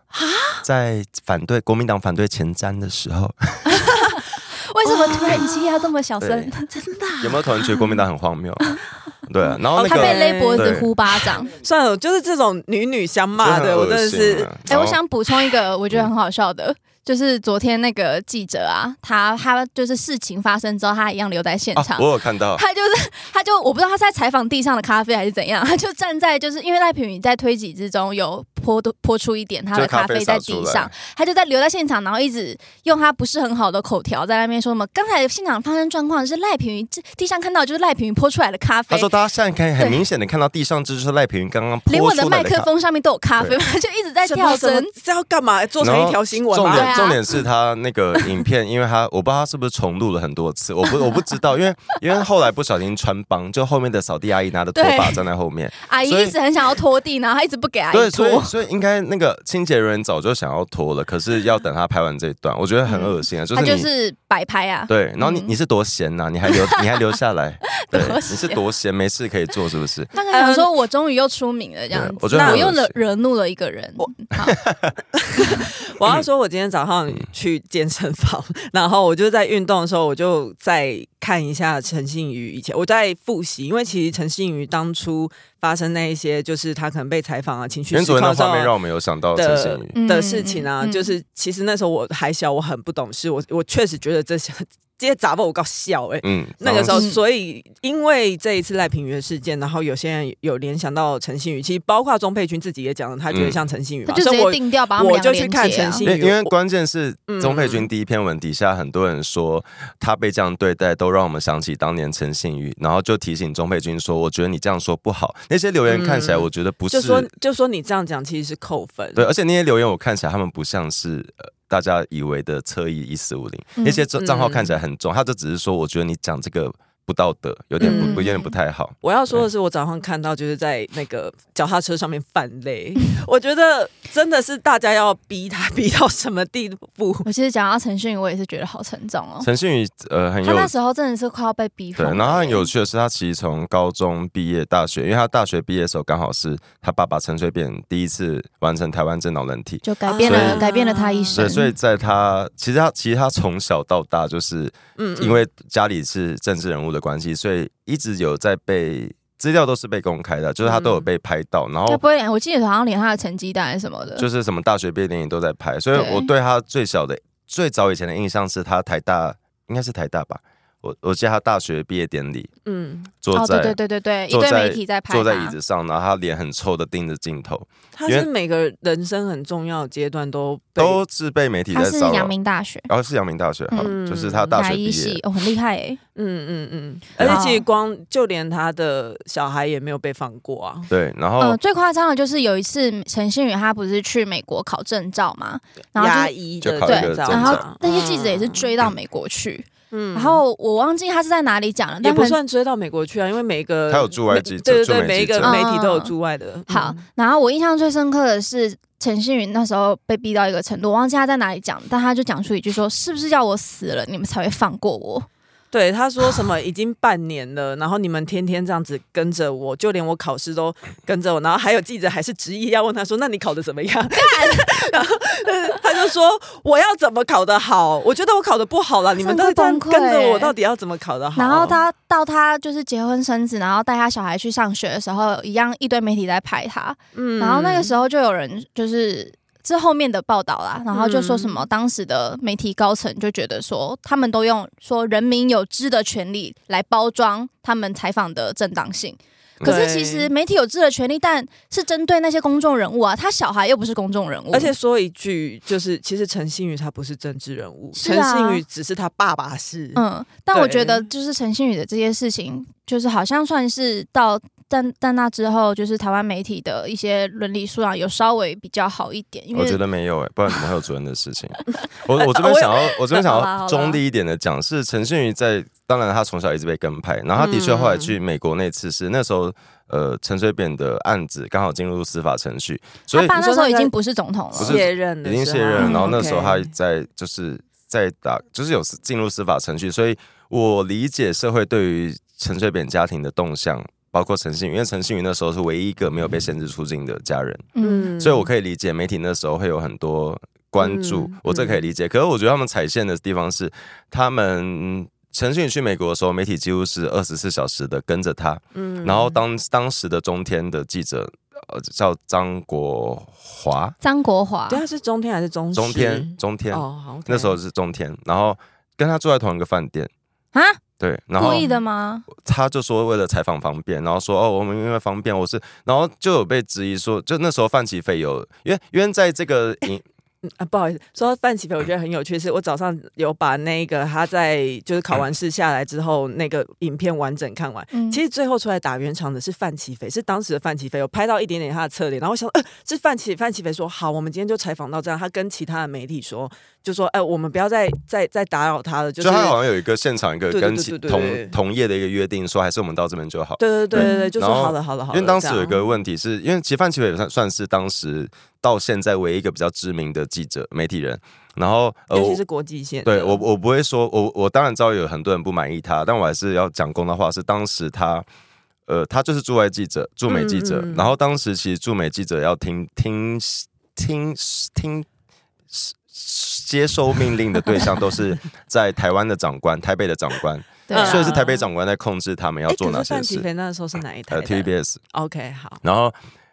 Speaker 4: 在反对国民党反对前瞻的时候，
Speaker 5: 啊为什么突然间要这么小
Speaker 4: 对
Speaker 5: 声？啊
Speaker 4: 有没有突然觉得国民党很荒谬？对啊，然后那
Speaker 5: 哦他被
Speaker 4: 个。
Speaker 5: 勒脖子呼巴掌。
Speaker 3: 算了，就是这种女女相骂的，
Speaker 4: 啊
Speaker 3: 我真的是
Speaker 5: 哎，
Speaker 4: 然后
Speaker 5: 我想补充一个，我觉得很好笑
Speaker 4: 嗯
Speaker 5: 的。就是昨天那个记者啊，他他就是事情发生之后，他一样留在现
Speaker 4: 啊
Speaker 5: 场，
Speaker 4: 我。有看到，
Speaker 5: 他就是，他就我不知道他是在采访地上的咖啡还是怎样，他就站在就是因为赖品妤在推挤之中有泼多泼出一点他的
Speaker 4: 就咖
Speaker 5: 咖
Speaker 4: 啡
Speaker 5: 啡
Speaker 4: 洒
Speaker 5: 在
Speaker 4: 出
Speaker 5: 地
Speaker 4: 来
Speaker 5: 上，他就在留在现场，然后一直用他不是很好的口条在那边说什么，刚才现场发生状况是赖品妤这地上看到就是赖品妤泼出来的咖
Speaker 4: 他
Speaker 5: 啡
Speaker 4: 说，大家现在可以
Speaker 5: 对
Speaker 4: 很明显的看到地上这就是赖平刚刚
Speaker 5: 连
Speaker 4: 泼
Speaker 5: 我
Speaker 4: 出来
Speaker 5: 麦
Speaker 4: 的
Speaker 5: 克
Speaker 4: 咖
Speaker 5: 风上面都有咖啡，他就一直在
Speaker 3: 什
Speaker 5: 跳
Speaker 3: 么什么
Speaker 5: 针。
Speaker 3: 这要干嘛？做成一条新闻
Speaker 4: 重
Speaker 5: 对
Speaker 3: 吗？
Speaker 5: 啊
Speaker 4: 点重点是他那个影片，因为他我不知道他是不是重录了很多次，我不我不知道，因为因为后来不小心穿帮，就后面的扫地阿姨拿着拖把
Speaker 5: 对
Speaker 4: 站在后面，
Speaker 5: 阿姨
Speaker 4: 所以
Speaker 5: 一直很想要拖地，然后她一直不给阿姨
Speaker 4: 对，所以
Speaker 5: 拖。
Speaker 4: 所以应该那个清洁人员早就想要拖了，可是要等他拍完这一段，我觉得很恶心啊，就
Speaker 5: 她
Speaker 4: 是你、
Speaker 5: 嗯就是摆拍啊，
Speaker 4: 对，然后你
Speaker 5: 嗯
Speaker 4: 你是多闲呐、你还 留你还留下来，对
Speaker 5: 多，闲
Speaker 4: 你是多闲，没事可以做是不是？
Speaker 5: 他可能想说，我终于又出名了这样
Speaker 4: 对
Speaker 5: 子，
Speaker 4: 我觉得
Speaker 5: 那
Speaker 4: 很
Speaker 5: 我
Speaker 4: 恶
Speaker 5: 又惹
Speaker 4: 心
Speaker 5: 惹怒了一个人。好，
Speaker 3: 我要说，我今天早上
Speaker 4: 嗯
Speaker 3: 去健身房， 然后我就在运动的时候，我就再看一下陈信宇以前我在复习，因为其实陈信宇当初发生那一些，就是他可能被采访啊，情绪
Speaker 4: 原
Speaker 3: 失
Speaker 4: 主任
Speaker 3: 控的
Speaker 4: 的
Speaker 3: 时
Speaker 4: 画面让
Speaker 3: 候。
Speaker 4: 我们有想到陈
Speaker 3: 的
Speaker 4: 信宇。
Speaker 3: 的事情啊，
Speaker 5: 嗯嗯嗯
Speaker 3: 就是其实那时候我还小，我很不懂事，我我确实觉得这些这些杂报我搞笑哎、欸
Speaker 4: 嗯，
Speaker 3: 那个时候，
Speaker 5: 嗯
Speaker 3: 所以因为这一次赖品妤的事件，然后有些人有联想到陈信宇，其实包括钟佩君自己也讲了，他觉得
Speaker 4: 嗯
Speaker 3: 像陈信宇
Speaker 5: 他
Speaker 3: 嘛，
Speaker 5: 就直
Speaker 3: 所以
Speaker 5: 接
Speaker 3: 我
Speaker 5: 定掉，把他们
Speaker 3: 我
Speaker 5: 两个
Speaker 3: 就去
Speaker 5: 连
Speaker 3: 看
Speaker 5: 接
Speaker 3: 陈
Speaker 5: 啊。
Speaker 3: 信
Speaker 4: 因为
Speaker 3: 宇，
Speaker 4: 因为
Speaker 3: 我
Speaker 4: 关键是
Speaker 3: 嗯
Speaker 4: 钟佩君第一篇文底下很多人说他被这样对待，都让我们想起当年陈信宇，然后就提醒钟佩君说，我觉得你这样说不好。那些留言看起来，
Speaker 3: 嗯
Speaker 4: 我觉得不是、
Speaker 3: 就说就说你这样讲其实是扣分，
Speaker 4: 对，而且那些留言我看起来他们不像是呃大家以为的侧翼一四五零，
Speaker 5: 嗯
Speaker 4: 那些账账号看起来很重，他就只是说我觉得你讲这个不道德，有点不、
Speaker 5: 嗯
Speaker 4: 不有点不太好。
Speaker 3: 我要说的是，我早上看到就是在那个脚踏车上面犯累， 我觉得真的是大家要逼他 逼到什么地步。
Speaker 5: 我其实讲到陈信宇，我也是觉得好沉重哦。
Speaker 4: 陈信宇呃很
Speaker 5: 他
Speaker 4: 有
Speaker 5: 那时候真的是快要被逼
Speaker 4: 对，
Speaker 5: 疯了。
Speaker 4: 然后他很有趣的是，他其实从高中毕业、大学，因为他大学毕业的时候刚好是他爸爸陈水扁第一次完成台湾政脑人体，
Speaker 5: 就改变了
Speaker 4: 所以
Speaker 5: 改变了他一
Speaker 4: 所
Speaker 5: 生。
Speaker 4: 以啊所以在他其实他其实他从小到大就是
Speaker 3: 嗯，
Speaker 4: 因为家里是政治人物的关系，所以一直有在被资料都是被公开的，就是他都有被拍到，然
Speaker 5: 他
Speaker 4: 后
Speaker 5: 嗯不会连，我记得好像连他的成绩单还是什么的，
Speaker 4: 哦就是什么大学毕业典礼都在拍，所以
Speaker 5: 对
Speaker 4: 我对他最小的最早以前的印象是他台大应该是台大吧，我我记得他大学毕业典礼
Speaker 3: 嗯，
Speaker 4: 坐
Speaker 5: 哦，
Speaker 4: 在、
Speaker 5: 对对对对对，一
Speaker 4: 坐
Speaker 5: 堆
Speaker 4: 在
Speaker 5: 媒体在拍他，
Speaker 4: 坐在椅子上，然后他脸很臭的盯着镜头，
Speaker 3: 他
Speaker 4: 因
Speaker 3: 是
Speaker 4: 为
Speaker 3: 每个人生很重要的阶段都被
Speaker 4: 都是被媒体
Speaker 5: 他
Speaker 4: 在
Speaker 5: 是
Speaker 4: 骚扰
Speaker 5: 阳。明大学
Speaker 4: 然后是阳明大学，好，
Speaker 3: 嗯
Speaker 4: 就是他大学
Speaker 5: 医
Speaker 4: 毕
Speaker 5: 系
Speaker 4: 业，，
Speaker 5: 哦，很厉害哎。
Speaker 3: 嗯嗯嗯，而
Speaker 4: 对
Speaker 3: 且其实光就连他的小孩也没有被放过啊。
Speaker 4: 对，然后、
Speaker 5: 嗯，最夸张的就是有一次陈信宇他不是去美国考证照嘛，然后
Speaker 3: 牙
Speaker 5: 就
Speaker 3: 医
Speaker 4: 就
Speaker 3: 的
Speaker 4: 考一个
Speaker 3: 证
Speaker 5: 对，
Speaker 3: 照啊
Speaker 4: 证
Speaker 5: 然
Speaker 4: 照
Speaker 5: 后
Speaker 3: 嘛，
Speaker 5: 那些记者也是追到美国去，
Speaker 3: 嗯
Speaker 5: 然后我忘记他是在哪里讲了，
Speaker 3: 也
Speaker 5: 但
Speaker 3: 不
Speaker 5: 很
Speaker 3: 算追到美国去啊，因为每个
Speaker 4: 他有驻外记者
Speaker 3: 对对
Speaker 4: 驻
Speaker 3: 对，
Speaker 4: 美记
Speaker 3: 每一个
Speaker 4: 者
Speaker 3: 媒体都有
Speaker 5: 嗯
Speaker 3: 驻外的。
Speaker 5: 好，然后我印象最深刻的是陈信宇那时候被逼到一个程度，我忘记他在哪里讲，但他就讲出一句说：“是不是要我死了你们才会放过我
Speaker 3: 对，他说什么已经半年了，然后你们天天这样子跟着我，就连我考试都跟着我，然后还有记者还是执意要问他说，那你考的怎么 样？然后呃他就说我要怎么考得好？我觉得我考得不好了，你们到底这样跟着我，到底要怎么考得？”好？
Speaker 5: 然后他到他就是结婚生子，然后带他小孩去上学的时候，一样一堆媒体在拍他，
Speaker 3: 嗯，
Speaker 5: 然后那个时
Speaker 3: 候
Speaker 5: 候就有人就是。这后面的报道啦，
Speaker 3: 嗯
Speaker 5: 然后就说什么当时的媒体高层就觉得说，他们都用说人民有知的权利来包装他们采访的正当性，可是其实媒体有知的权利，但是针对那些公众人物啊，他小孩又不是公众人物，
Speaker 3: 而且说一句，就是其实陈信宇他不是政治人物，
Speaker 5: 是
Speaker 3: 陈
Speaker 5: 啊
Speaker 3: 信宇只是他爸爸是。
Speaker 5: 嗯，但我
Speaker 3: 对
Speaker 5: 觉得就是陈信宇的这些事情，就是好像算是到但但那之后，就是台湾媒体的一些伦理素养有稍微比较好一点，因
Speaker 4: 我觉
Speaker 5: 为呃
Speaker 4: 得没有哎、不然怎么会有主任的事情？我我这边想要，我这边想
Speaker 5: 好啦好
Speaker 4: 要
Speaker 5: 啦
Speaker 4: 中立一点的讲，是陈信宇在，当然他从小一直被跟拍，然后他的确
Speaker 5: 嗯
Speaker 4: 后来去美国那次是、那时候，呃，陈水扁的案子刚好进入司法程序，所
Speaker 5: 他
Speaker 4: 以
Speaker 5: 爸那时候已
Speaker 3: 你说那个
Speaker 5: 经不是总统了，
Speaker 4: 不是
Speaker 3: 卸任的
Speaker 4: 已经
Speaker 3: 时
Speaker 4: 卸任
Speaker 3: 候
Speaker 4: 了，
Speaker 5: 嗯
Speaker 4: 然后那时候他
Speaker 3: OK
Speaker 4: 在就是在打，就是有进入司法程序，所以我理解社会对于陈水扁家庭的动向。包括陈信宇，因为陈信宇那时候是唯一一个没有被限制出境的家人，
Speaker 5: 嗯，
Speaker 4: 所以我可以理解媒体那时候会有很多关注，
Speaker 3: 嗯
Speaker 4: 我这可以理解。可是我觉得他们踩线的地方是，他们陈迅去美国的时候，媒体几乎是二十四小时的跟着他。
Speaker 3: 嗯
Speaker 4: 然后当当时的中天的记者，呃，叫张国华，
Speaker 5: 张国华
Speaker 3: 对，他是中天还是中
Speaker 4: 中
Speaker 3: 视
Speaker 4: 天，中天、
Speaker 3: 哦，好，OK，
Speaker 4: 那时候是中天，然后跟他住在同一个饭店，
Speaker 5: 啊，
Speaker 4: 对，然后
Speaker 5: 故意的吗？
Speaker 4: 他就说为了采访方便，然后说哦，我们因为方便，我是，然后就有被质疑说，就那时候范琪斐有，因为因为在这个影
Speaker 3: 嗯啊，不好意思，说到范启飞，我觉得很有趣，是我早上有把那个他在就是考完试下来之后那个影片完整看完。
Speaker 5: 嗯
Speaker 3: 其实最后出来打圆场的是范启飞，是当时的范启飞，有拍到一点点他的侧脸，然后我想，呃，是范启范启飞说好，我们今天就采访到这样，他跟其他的媒体说，就说，哎、我们不要再再再打扰他了，就
Speaker 4: 就是他好像有一个现场一个
Speaker 3: 对对
Speaker 4: 跟
Speaker 3: 对
Speaker 4: 其
Speaker 3: 对对对
Speaker 4: 同同业的一个约定，说还是我们到这边就好。
Speaker 3: 对对对对对，
Speaker 5: 嗯
Speaker 3: 就说
Speaker 4: 然后
Speaker 3: 好了好了好
Speaker 4: 因
Speaker 3: 了，
Speaker 4: 为当时
Speaker 3: 这样
Speaker 4: 有一个问题是，因为其实范奇伟也算算是当时到现在唯一一个比较知名的记者媒体人，然后呃，
Speaker 3: 尤
Speaker 4: 我
Speaker 3: 其是国际线的，
Speaker 4: 对我我不会说，我我当然知道有很多人不满意他，但我还是要讲公道话，是当时他。呃，他就是驻外记者、驻美记者，
Speaker 3: 嗯嗯嗯
Speaker 4: 然后当时其实驻美记者要听听听听接收命令的对象 都是在台湾的长官、台北的长官，
Speaker 5: 对啊，
Speaker 4: 所以是台北长官在控制他们要
Speaker 3: 哎，
Speaker 4: 做
Speaker 3: 可
Speaker 4: 哪
Speaker 3: 是
Speaker 4: 些
Speaker 3: 范启
Speaker 4: 事。
Speaker 3: 飞那时候是哪一台
Speaker 4: 呃
Speaker 3: 的
Speaker 4: ，TVBS，
Speaker 3: ？OK，好，
Speaker 4: 然后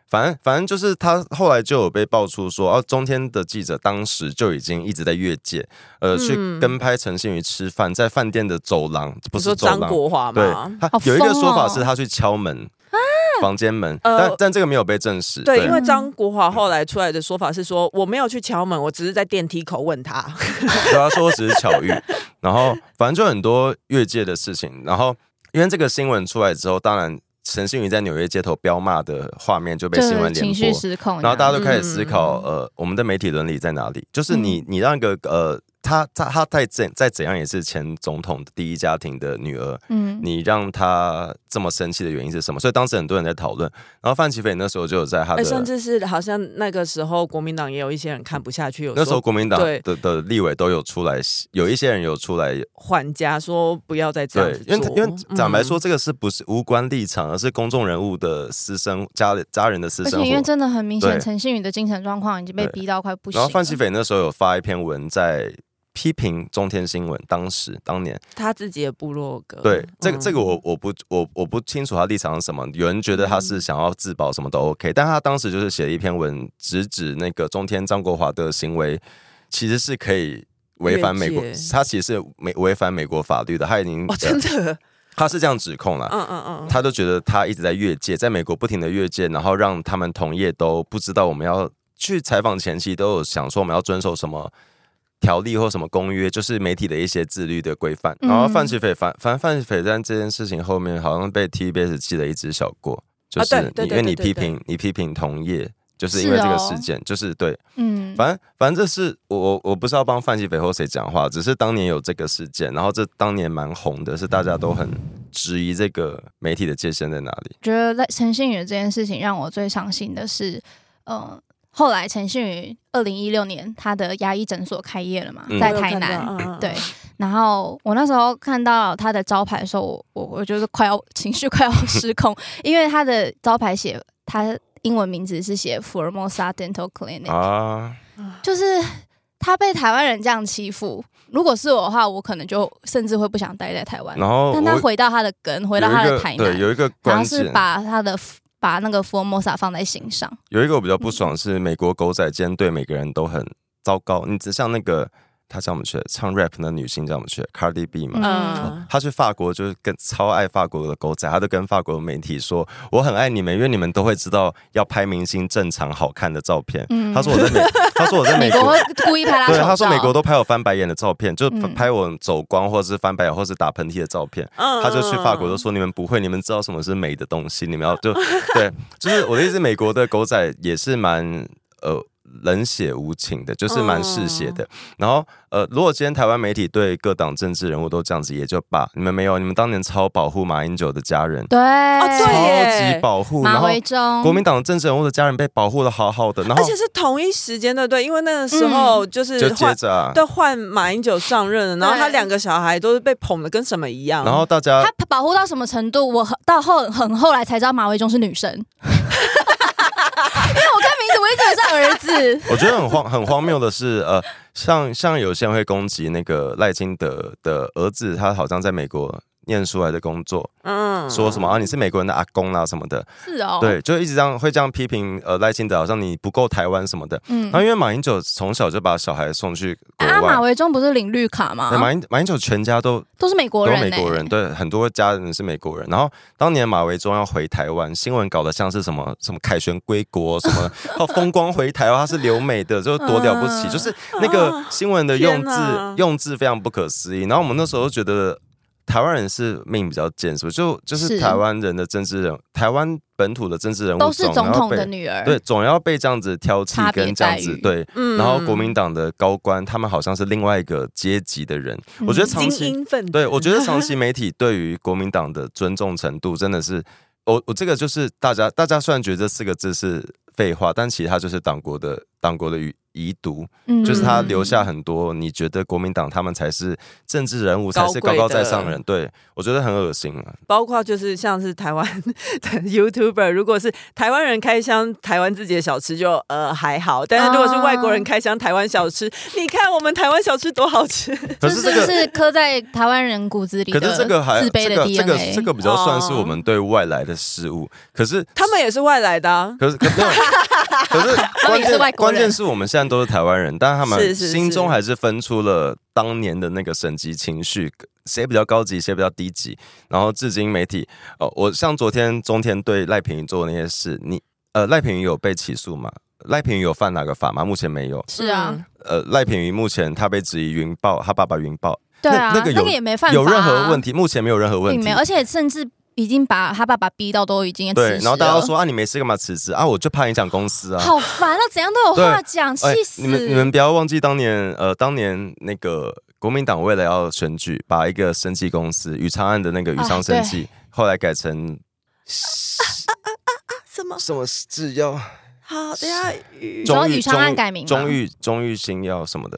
Speaker 4: 反正反正就是他后来就有被爆出说，哦，中天的记者当时就已经一直在越界，呃，去跟拍陈信宇吃饭，在饭店的走廊，
Speaker 3: 嗯
Speaker 4: 不
Speaker 3: 你
Speaker 4: 是
Speaker 3: 说
Speaker 4: 走
Speaker 3: 张
Speaker 4: 廊，
Speaker 3: 国华
Speaker 4: 对
Speaker 3: 吗？，啊
Speaker 4: 他
Speaker 5: 好
Speaker 4: 有一个
Speaker 5: 疯
Speaker 4: 说法
Speaker 5: 哦
Speaker 4: 是他去敲门，房间门，
Speaker 3: 呃
Speaker 4: 但但这个没有被证实，
Speaker 3: 对，因为
Speaker 5: 嗯
Speaker 3: 张国华后来出来的说法是说，我没有去敲门，我只是在电梯口问他。
Speaker 4: 对他说只是巧遇，然后反正就很多越界的事情，然后因为这个新闻出来之后，当然。陈信宇在纽约街头飙骂的画面就被
Speaker 5: 就
Speaker 4: 新闻
Speaker 5: 是
Speaker 4: 联播，
Speaker 5: 情绪失控，
Speaker 4: 然后大家都开始
Speaker 3: 嗯
Speaker 4: 思考，呃，我们的媒体伦理在哪里？就是你，你让一个呃，他他他再怎再怎样也是前总统第一家庭的女儿，
Speaker 5: 嗯，
Speaker 4: 你让他这么生气的原因是什么？所以当时很多人在讨论。然后范奇斐那时候就有在他
Speaker 3: 哎，
Speaker 4: 的，
Speaker 3: 甚至是好像那个时候国民党也有一些人看不下去，有
Speaker 4: 那时候
Speaker 3: 说
Speaker 4: 国民党的
Speaker 3: 对
Speaker 4: 的的立委都有出来，有一些人有出来。
Speaker 3: 缓颊说不要再这样
Speaker 4: 对
Speaker 3: 子，
Speaker 4: 因为
Speaker 3: 做
Speaker 4: 因为坦白，说，
Speaker 3: 嗯
Speaker 4: 这个是不是无关立场，而是公众人物的私生家里家人的私
Speaker 5: 而
Speaker 4: 生
Speaker 5: 且
Speaker 4: 活。
Speaker 5: 因为真的很明显，
Speaker 4: 对
Speaker 5: 陈信宇的精神状况已经被
Speaker 4: 对
Speaker 5: 逼到快不行
Speaker 4: 然
Speaker 5: 了。
Speaker 4: 后
Speaker 3: 啊
Speaker 4: 范奇斐那时候有发一篇文在批评中天新闻，当时当年。
Speaker 3: 他自己的部落格，
Speaker 4: 对，这个
Speaker 3: 嗯
Speaker 4: 这个我我不我我不清楚他立场是什么。有人觉得他
Speaker 3: 嗯
Speaker 4: 是想要自保，什么都 OK，但他当时就是写了一篇文，直指那个中天张国华的行为其实是可以违反美国
Speaker 3: 越界，
Speaker 4: 他其实是美违反美国法律的。他已经、
Speaker 3: 哦，真的，
Speaker 4: 他是这样指控了。
Speaker 3: 嗯嗯嗯，
Speaker 4: 啊他就觉得他一直在越界，在美国不停的越界，然后让他们同业都不知道我们要去采访前期都有想说我们要遵守什么条例或什么公约，就是媒体的一些自律的规范。
Speaker 5: 嗯
Speaker 4: 然后范奇斐反反正范奇斐在这件事情后面好像被 TBS 记了一只小过，就是
Speaker 3: 啊
Speaker 4: 你、
Speaker 3: 对对对
Speaker 4: 因为你
Speaker 3: 对对哦
Speaker 4: 批
Speaker 3: 对
Speaker 4: 评你批评同业。就是因为这个事件，就是对，
Speaker 5: 嗯，
Speaker 4: 反正反正这是我我我不是要帮范奇斐或谁讲话，只是当年有这个事件，然后这当年蛮红的，是大家都很质疑这个媒体的界限在哪里。
Speaker 5: 觉得在陈信宇这件事情让我最伤心的是，呃，后来陈信宇二零一六年他的牙医诊所开业了嘛，
Speaker 4: 嗯
Speaker 5: 在
Speaker 3: 我有
Speaker 5: 台
Speaker 3: 看到
Speaker 5: 南。
Speaker 3: 嗯嗯嗯
Speaker 5: 对 然后我那时候看到他的招牌的时候，我我我就是快要情绪快要 失控，因为他的招牌写他英文名字是写福尔摩沙 Dental Clinic，、
Speaker 4: 啊，
Speaker 5: 就是他被台湾人这样欺负。如果是我的话，我可能就甚至会不想待在台湾。
Speaker 4: 然后
Speaker 5: 呃但
Speaker 4: 我
Speaker 5: 他回到他的根，回到他
Speaker 4: 有
Speaker 5: 的
Speaker 4: 一个
Speaker 5: 台南
Speaker 4: 对，，有一个
Speaker 5: 然
Speaker 4: 关
Speaker 5: 后是
Speaker 4: 键，
Speaker 5: 把他的把那个福尔摩萨放在心上，
Speaker 4: 有一个我比较不
Speaker 5: 嗯
Speaker 4: 爽是美国狗仔间对每个人都很糟糕。你只像那个他叫我们去唱 rap 的女星叫我们去 Cardi B 嘛。
Speaker 5: 嗯
Speaker 3: 嗯，
Speaker 4: 她去法国就是跟超爱法国的狗仔，她就跟法国媒体说：“我很爱你们，因为你们都会知道要拍明星正常好看的照片。
Speaker 5: 嗯
Speaker 4: 她说：“我在美，她说我在美
Speaker 5: 美国
Speaker 4: 国
Speaker 5: 会故意拍他手
Speaker 4: 对，
Speaker 5: 照。
Speaker 4: 她说美国都拍我翻白眼的照片，就
Speaker 5: 嗯
Speaker 4: 拍我走光或者是翻白眼或是打喷嚏的照片。
Speaker 3: 嗯
Speaker 4: 他就去法国就，说你们不会，你们知道什么是美的东西，你们要就对， 就是我的意思，美国的狗仔也是蛮呃冷血无情的，就是蛮嗜血
Speaker 3: 嗯
Speaker 4: 的。然后呃，如果今天台湾媒体对各党政治人物都这样子也就罢，你们没有，你们当年超保护马英九的家人，
Speaker 5: 哦对，
Speaker 3: 对
Speaker 4: 超
Speaker 3: 耶
Speaker 4: 级保护，然
Speaker 5: 马
Speaker 4: 后
Speaker 5: 维忠，
Speaker 4: 国民党的政治人物的家人被保护的好好的，然
Speaker 3: 而
Speaker 4: 后
Speaker 3: 且是同一时间的，对，因为那个时
Speaker 5: 嗯
Speaker 3: 候就是
Speaker 4: 就
Speaker 3: 换
Speaker 4: 接着啊，
Speaker 3: 对换马英九上任了，然后他两个小孩都是被捧的跟什么一样，
Speaker 4: 然后大家
Speaker 5: 他保护到什么程度？我很到后很后来才知道马维忠是女生，因 为我看名字我一直以为是儿子。
Speaker 4: 我觉得很荒很荒谬的是，呃，像像有些人会攻击那个赖清德的儿子，他好像在美国念出来的工作，
Speaker 3: 嗯
Speaker 4: 说什么啊你是美国人的阿公啊啦、什么的，
Speaker 5: 是哦，，
Speaker 4: 对，就一直这样会这样批评呃赖清德，好像你不够台湾什么的。
Speaker 5: 嗯
Speaker 4: 然后因为马英九从小就把小孩送去国
Speaker 5: 啊，马
Speaker 4: 外，
Speaker 5: 维忠不是领绿卡吗
Speaker 4: 对？马英马英九全家都
Speaker 5: 都是美国
Speaker 4: 都
Speaker 5: 人、
Speaker 4: 是
Speaker 5: 欸，
Speaker 4: 美国人，对，很多家人是美国人。然后当年马维忠要回台湾，新闻搞得像是什么什么凯旋归国，什么哦风光回台湾，他是留美的，就多了不起，
Speaker 5: 嗯
Speaker 4: 就是那个新闻的用
Speaker 3: 天
Speaker 4: 字、
Speaker 3: 哪
Speaker 4: 用字非常不可思议。然后我们那时候觉得台湾人是命比较贱，是不是？就就是
Speaker 5: 是
Speaker 4: 台湾人的政治人，台湾本土的政治人物
Speaker 5: 都是总
Speaker 4: 要
Speaker 5: 统
Speaker 4: 被
Speaker 5: 的女儿，
Speaker 4: 对，总要被这样子挑剔
Speaker 5: 差别
Speaker 4: 跟这样子
Speaker 5: 待遇
Speaker 4: 对。
Speaker 3: 嗯
Speaker 4: 然后国民党的高官，他们好像是另外一个阶级的人，
Speaker 5: 嗯
Speaker 4: 我觉得长
Speaker 3: 精
Speaker 4: 期
Speaker 3: 英分子，
Speaker 4: 对，我觉得长期媒体对于国民党的尊重程度真的是，我我这个就是大家大家虽然觉得这四个字是废话，但其实它就是党国的党国的遗遗毒，
Speaker 5: 嗯
Speaker 4: 就是它留下很多你觉得国民党他们才是政治人物，才是
Speaker 3: 高贵
Speaker 4: 高
Speaker 3: 的
Speaker 4: 高在上的人，对我觉得很恶心啊。
Speaker 3: 包括就是像是台湾 的 YouTuber，如果是台湾人开箱台湾自己的小吃就呃还好，但是如果是外国人开箱台湾小吃， 你看我们台湾小吃多好吃，
Speaker 4: 可
Speaker 5: 这
Speaker 4: 是这个。
Speaker 5: 是刻在台湾人骨子里的
Speaker 4: 可是这个还
Speaker 5: 自卑
Speaker 4: 这
Speaker 5: 的
Speaker 4: 个这个
Speaker 5: DNA，
Speaker 4: 这个比较算
Speaker 5: 哦
Speaker 4: 是我们对外来的事物，可是
Speaker 3: 他们也是外来的、啊。
Speaker 4: 可是可 没有，可是
Speaker 5: 们
Speaker 4: 关
Speaker 5: 也是外
Speaker 4: 键
Speaker 5: 国
Speaker 4: 关
Speaker 5: 人
Speaker 4: 键是我们现在都是台湾人，但他
Speaker 3: 是
Speaker 4: 们
Speaker 3: 是是
Speaker 4: 心中还是分出了当年的那个省级情绪，谁比较高级，谁比较低级。然后至今媒体，哦，我像昨天中天对赖品妤做的那些事，你呃赖品妤有被起诉吗？赖品妤有犯哪个法吗？目前没有。
Speaker 5: 是啊，
Speaker 4: 呃，赖品妤目前他被质疑云豹，他爸爸云豹
Speaker 5: 对啊，
Speaker 4: 那那个有
Speaker 5: 也没犯法、啊
Speaker 4: 有任何问
Speaker 5: 题，
Speaker 4: 题？目前没有任何问
Speaker 5: 并
Speaker 4: 题
Speaker 5: 没有，。而且甚至已经把他爸爸逼到都已经辞
Speaker 4: 对，
Speaker 5: 职
Speaker 4: 然后大家
Speaker 5: 了
Speaker 4: 都说啊，你没事干嘛辞职啊？我就怕影响公司啊。
Speaker 5: 好烦啊，怎样都有话讲，
Speaker 4: 哎
Speaker 5: 气死！
Speaker 4: 你们你们不要忘记当年呃，当年那个国民党为了要选举，把一个生技公司宇昌案的那个宇
Speaker 5: 啊
Speaker 4: 昌生技，后来改 成
Speaker 3: 什么？
Speaker 4: 什么制药，
Speaker 3: 好，等一下雨
Speaker 5: 知道宇昌案改名吗
Speaker 4: 中裕中裕新药什么的，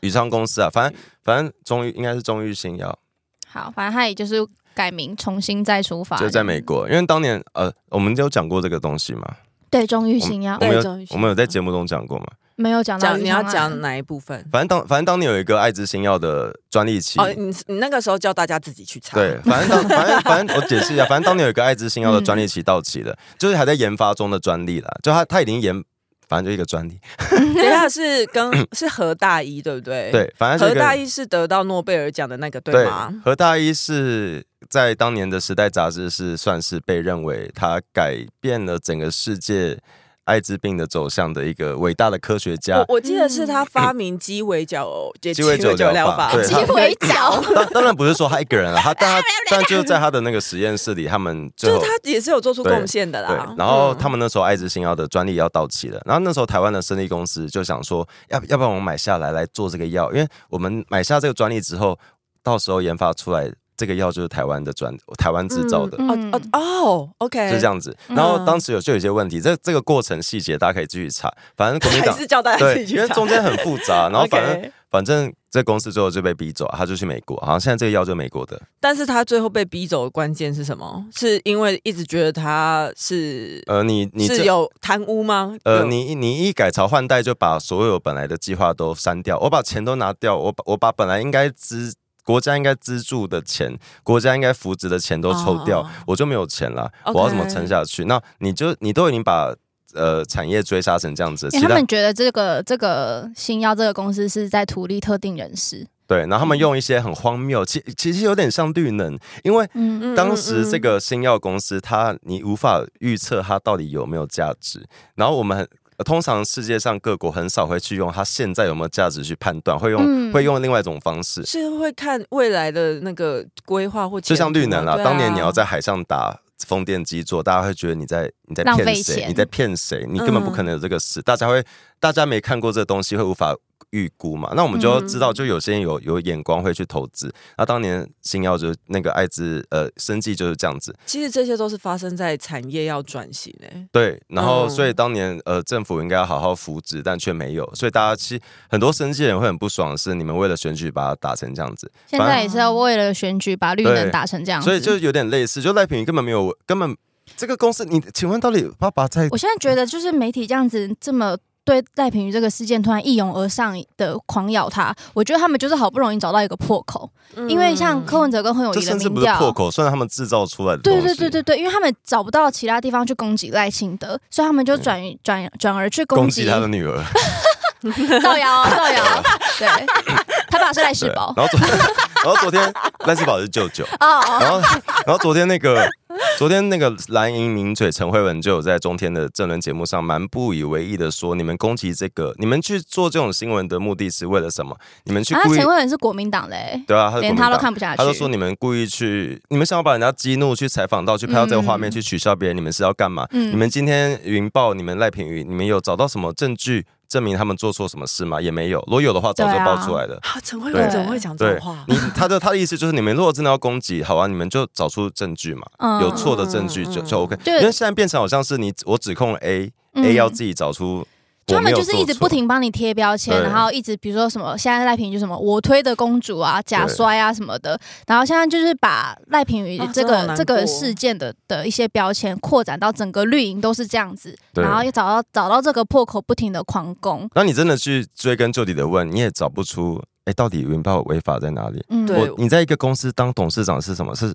Speaker 4: 宇昌公司啊，反
Speaker 5: 嗯
Speaker 4: 正反正中裕应该是中裕新药，
Speaker 5: 好，反正他也就是改名，重新再出发，
Speaker 4: 就在美国，因为当年呃，我们有讲过这个东西嘛，
Speaker 5: 对钟玉新要
Speaker 4: 我们
Speaker 3: 对
Speaker 4: 有
Speaker 3: 中裕新药
Speaker 4: 我们有在节目中讲过嘛，
Speaker 5: 没有讲啊到
Speaker 3: 讲你
Speaker 5: 余昌
Speaker 3: 要
Speaker 5: 案
Speaker 3: 讲哪一部分？
Speaker 4: 反正当反正当年有一个艾滋新药的专利期
Speaker 3: 哦，你你那个时候叫大家自己去查。
Speaker 4: 对，反正当反正反正我解释一下，反正当年有一个艾滋
Speaker 3: 嗯
Speaker 4: 新药的专利期到期了，就是还在研发中的专利啦，就它它已经研，反正就一个专利，
Speaker 3: 等一下是跟 是何大一对不对？，
Speaker 4: 对，反正
Speaker 3: 何
Speaker 4: 这
Speaker 3: 大
Speaker 4: 个
Speaker 3: 一是得到诺贝尔奖的那个对
Speaker 4: 对
Speaker 3: 吗？
Speaker 4: 何大一是在当年的《时代》杂志是算是被认为他改变了整个世界艾滋病的走向的一个伟大的科学家
Speaker 3: 我。我记得是他发明鸡尾酒，也
Speaker 4: 嗯鸡尾酒疗
Speaker 3: 疗
Speaker 4: 法对
Speaker 5: 啊鸡尾酒，
Speaker 4: 当当然不是说他一个人了， 他但他但就是在他的那个实验室里，他们最
Speaker 3: 就
Speaker 4: 后
Speaker 3: 是他也是有做出贡献的
Speaker 4: 对
Speaker 3: 啦，。
Speaker 4: 然后
Speaker 3: 嗯
Speaker 4: 他们那时候爱知新药的专利要到期了，然后那时候台湾的生力公司就想说，要要不然我们买下来来做这个药，因为我们买下这个专利之后，到时候研发出来这个药就是台湾的专台湾制造的。
Speaker 5: 嗯
Speaker 3: 哦哦哦，OK，
Speaker 4: 就这样子，然后当时有就有一些问题，这这个过程细节大家可以继续查。反正国民
Speaker 3: 还
Speaker 4: 党
Speaker 3: 是叫大家自
Speaker 4: 对，
Speaker 3: 己去
Speaker 4: 因为
Speaker 3: 查
Speaker 4: 中间很复 杂，然后反正
Speaker 3: OK
Speaker 4: 反正这公司最后就被逼走，他就去美国，好像现在这个药就美国的，
Speaker 3: 但是他最后被逼走的关键是什么？是因为一直觉得他是
Speaker 4: 呃，你你这
Speaker 3: 是有贪污吗？
Speaker 4: 呃，
Speaker 3: 有
Speaker 4: 你你一改朝换代就把所有本来的计划都删掉，我把钱都拿掉，我把我把本来应该资国家应该资助的钱，国家应该扶植的钱都抽掉，
Speaker 3: 哦
Speaker 4: 我就没有钱了
Speaker 3: OK
Speaker 4: 我要怎么撑下去？那你就你都已经把呃产业追杀成这样子，
Speaker 5: 因
Speaker 4: 其
Speaker 5: 为他
Speaker 4: 他
Speaker 5: 们觉得这个这个新药这个公司是在图利特定人士，
Speaker 4: 对，然后
Speaker 3: 嗯
Speaker 4: 他们用一些很荒谬，其其实有点像绿能，因为
Speaker 5: 嗯，
Speaker 3: 嗯
Speaker 4: 当时这
Speaker 3: 嗯
Speaker 4: 个新药公司，它你无法预测它到底有没有价值。然后我们很呃通常世界上各国很少会去用它现在有没有价值去判断，会用、
Speaker 5: 嗯
Speaker 4: 会用另外一种方式
Speaker 3: 嗯，是会看未来的那个规划或
Speaker 4: 就像绿能啦，
Speaker 3: 了，对啊
Speaker 4: 当年你要在海上打。风电机座，大家会觉得你在你在
Speaker 5: 浪费
Speaker 4: 骗谁？
Speaker 5: 钱嗯
Speaker 4: 你在骗谁？你根本不可能有这个事。大家会，大家没看过这东西，会无法预估嘛？那我们就要知
Speaker 5: 嗯
Speaker 4: 道，就有些人有有眼光会去投资。那当年新药就是那个艾滋呃生计就是这样子，
Speaker 3: 啊其实这些都是发生在产业要转型诶、
Speaker 4: 对，然后
Speaker 3: 嗯
Speaker 4: 所以当年呃政府应该要好好扶植，但却没有，所以大家其实很多生气人会很不爽，是你们为了选举把它打成这样子，
Speaker 5: 现在也是要为了选举把绿能打成这样子，
Speaker 4: 所以就有点类似，就赖品妤根本没有根本这个公司，你请问到底爸爸在
Speaker 5: 我现在觉得就是媒体这样子这么对赖品妤这个事件突然一涌而上的狂咬他，我觉得他们就是好不容易找到一个破口，因为像柯文哲跟侯友
Speaker 4: 这
Speaker 5: 谊的
Speaker 4: 甚至
Speaker 5: 民
Speaker 4: 不是
Speaker 5: 调，
Speaker 4: 破口，算是他们制造出来的东
Speaker 5: 对
Speaker 4: 西。
Speaker 5: 对对对对，因为他们找不到其他地方去攻击赖清德，所以他们就转转转而去
Speaker 4: 嗯攻
Speaker 5: 攻
Speaker 4: 击
Speaker 5: 击
Speaker 4: 他的女儿，
Speaker 5: 造谣啊 造谣，对，他爸是赖世
Speaker 4: 对。
Speaker 5: 宝
Speaker 4: 然。后昨， 然后昨天赖世宝是舅舅，
Speaker 5: 哦哦，
Speaker 4: 然后， 然后昨天那个，昨天那个蓝营名嘴陈慧文就有在中天的政论节目上蛮不以为意的说，你们攻击这个，你们去做这种新闻的目的是为了什么？你们去
Speaker 5: 啊，
Speaker 4: 故意、
Speaker 5: 陈慧仁是国民党嘞，
Speaker 4: 对啊，他是
Speaker 5: 连
Speaker 4: 国民
Speaker 5: 他都
Speaker 4: 党
Speaker 5: 看不下去。
Speaker 4: 他就说你们故意去，你们想要把人家激怒，去采访到，去拍到这个画面，
Speaker 5: 嗯
Speaker 4: 去取笑别人，你们是要干嘛？
Speaker 5: 嗯
Speaker 4: 你们今天云豹，你们赖品妤，你们有找到什么证据证明他们做错什么事吗？也没有，如果有的话，早就
Speaker 5: 对啊
Speaker 4: 爆出来了。
Speaker 3: 啊，陈慧文怎么会讲这种
Speaker 4: 对
Speaker 3: 话？
Speaker 4: 你，他的他的意思就是，你们如果真的要攻击，好啊，你们就找出证据嘛，
Speaker 5: 嗯
Speaker 4: 有错的证据就
Speaker 3: 嗯
Speaker 4: 就 OK。
Speaker 5: 就
Speaker 4: 因为现在变成好像是你我指控了 A，A
Speaker 5: 嗯
Speaker 4: 要自己找出
Speaker 5: 就
Speaker 4: 我
Speaker 5: 他
Speaker 4: 没
Speaker 5: 们
Speaker 4: 有
Speaker 5: 就是一直
Speaker 4: 做错
Speaker 5: 不停帮你贴标签，
Speaker 4: 对
Speaker 5: 然后一直比如说什么，现在赖品妤就什么我推的公主啊、假摔啊什么的，然后现在就是把赖品妤
Speaker 3: 啊
Speaker 5: 这
Speaker 3: 真的
Speaker 5: 个、
Speaker 3: 好难
Speaker 5: 这个
Speaker 3: 过
Speaker 5: 事件的的一些标签扩展到整个绿营都是这样子，
Speaker 4: 对
Speaker 5: 然后又找到找到这个破口，不停的狂攻。
Speaker 4: 然后你真的去追根究底的问，你也找不出，哎，到底云豹违法在哪里？
Speaker 5: 嗯，
Speaker 3: 对
Speaker 4: 我你在一个公司当董事长是什么？是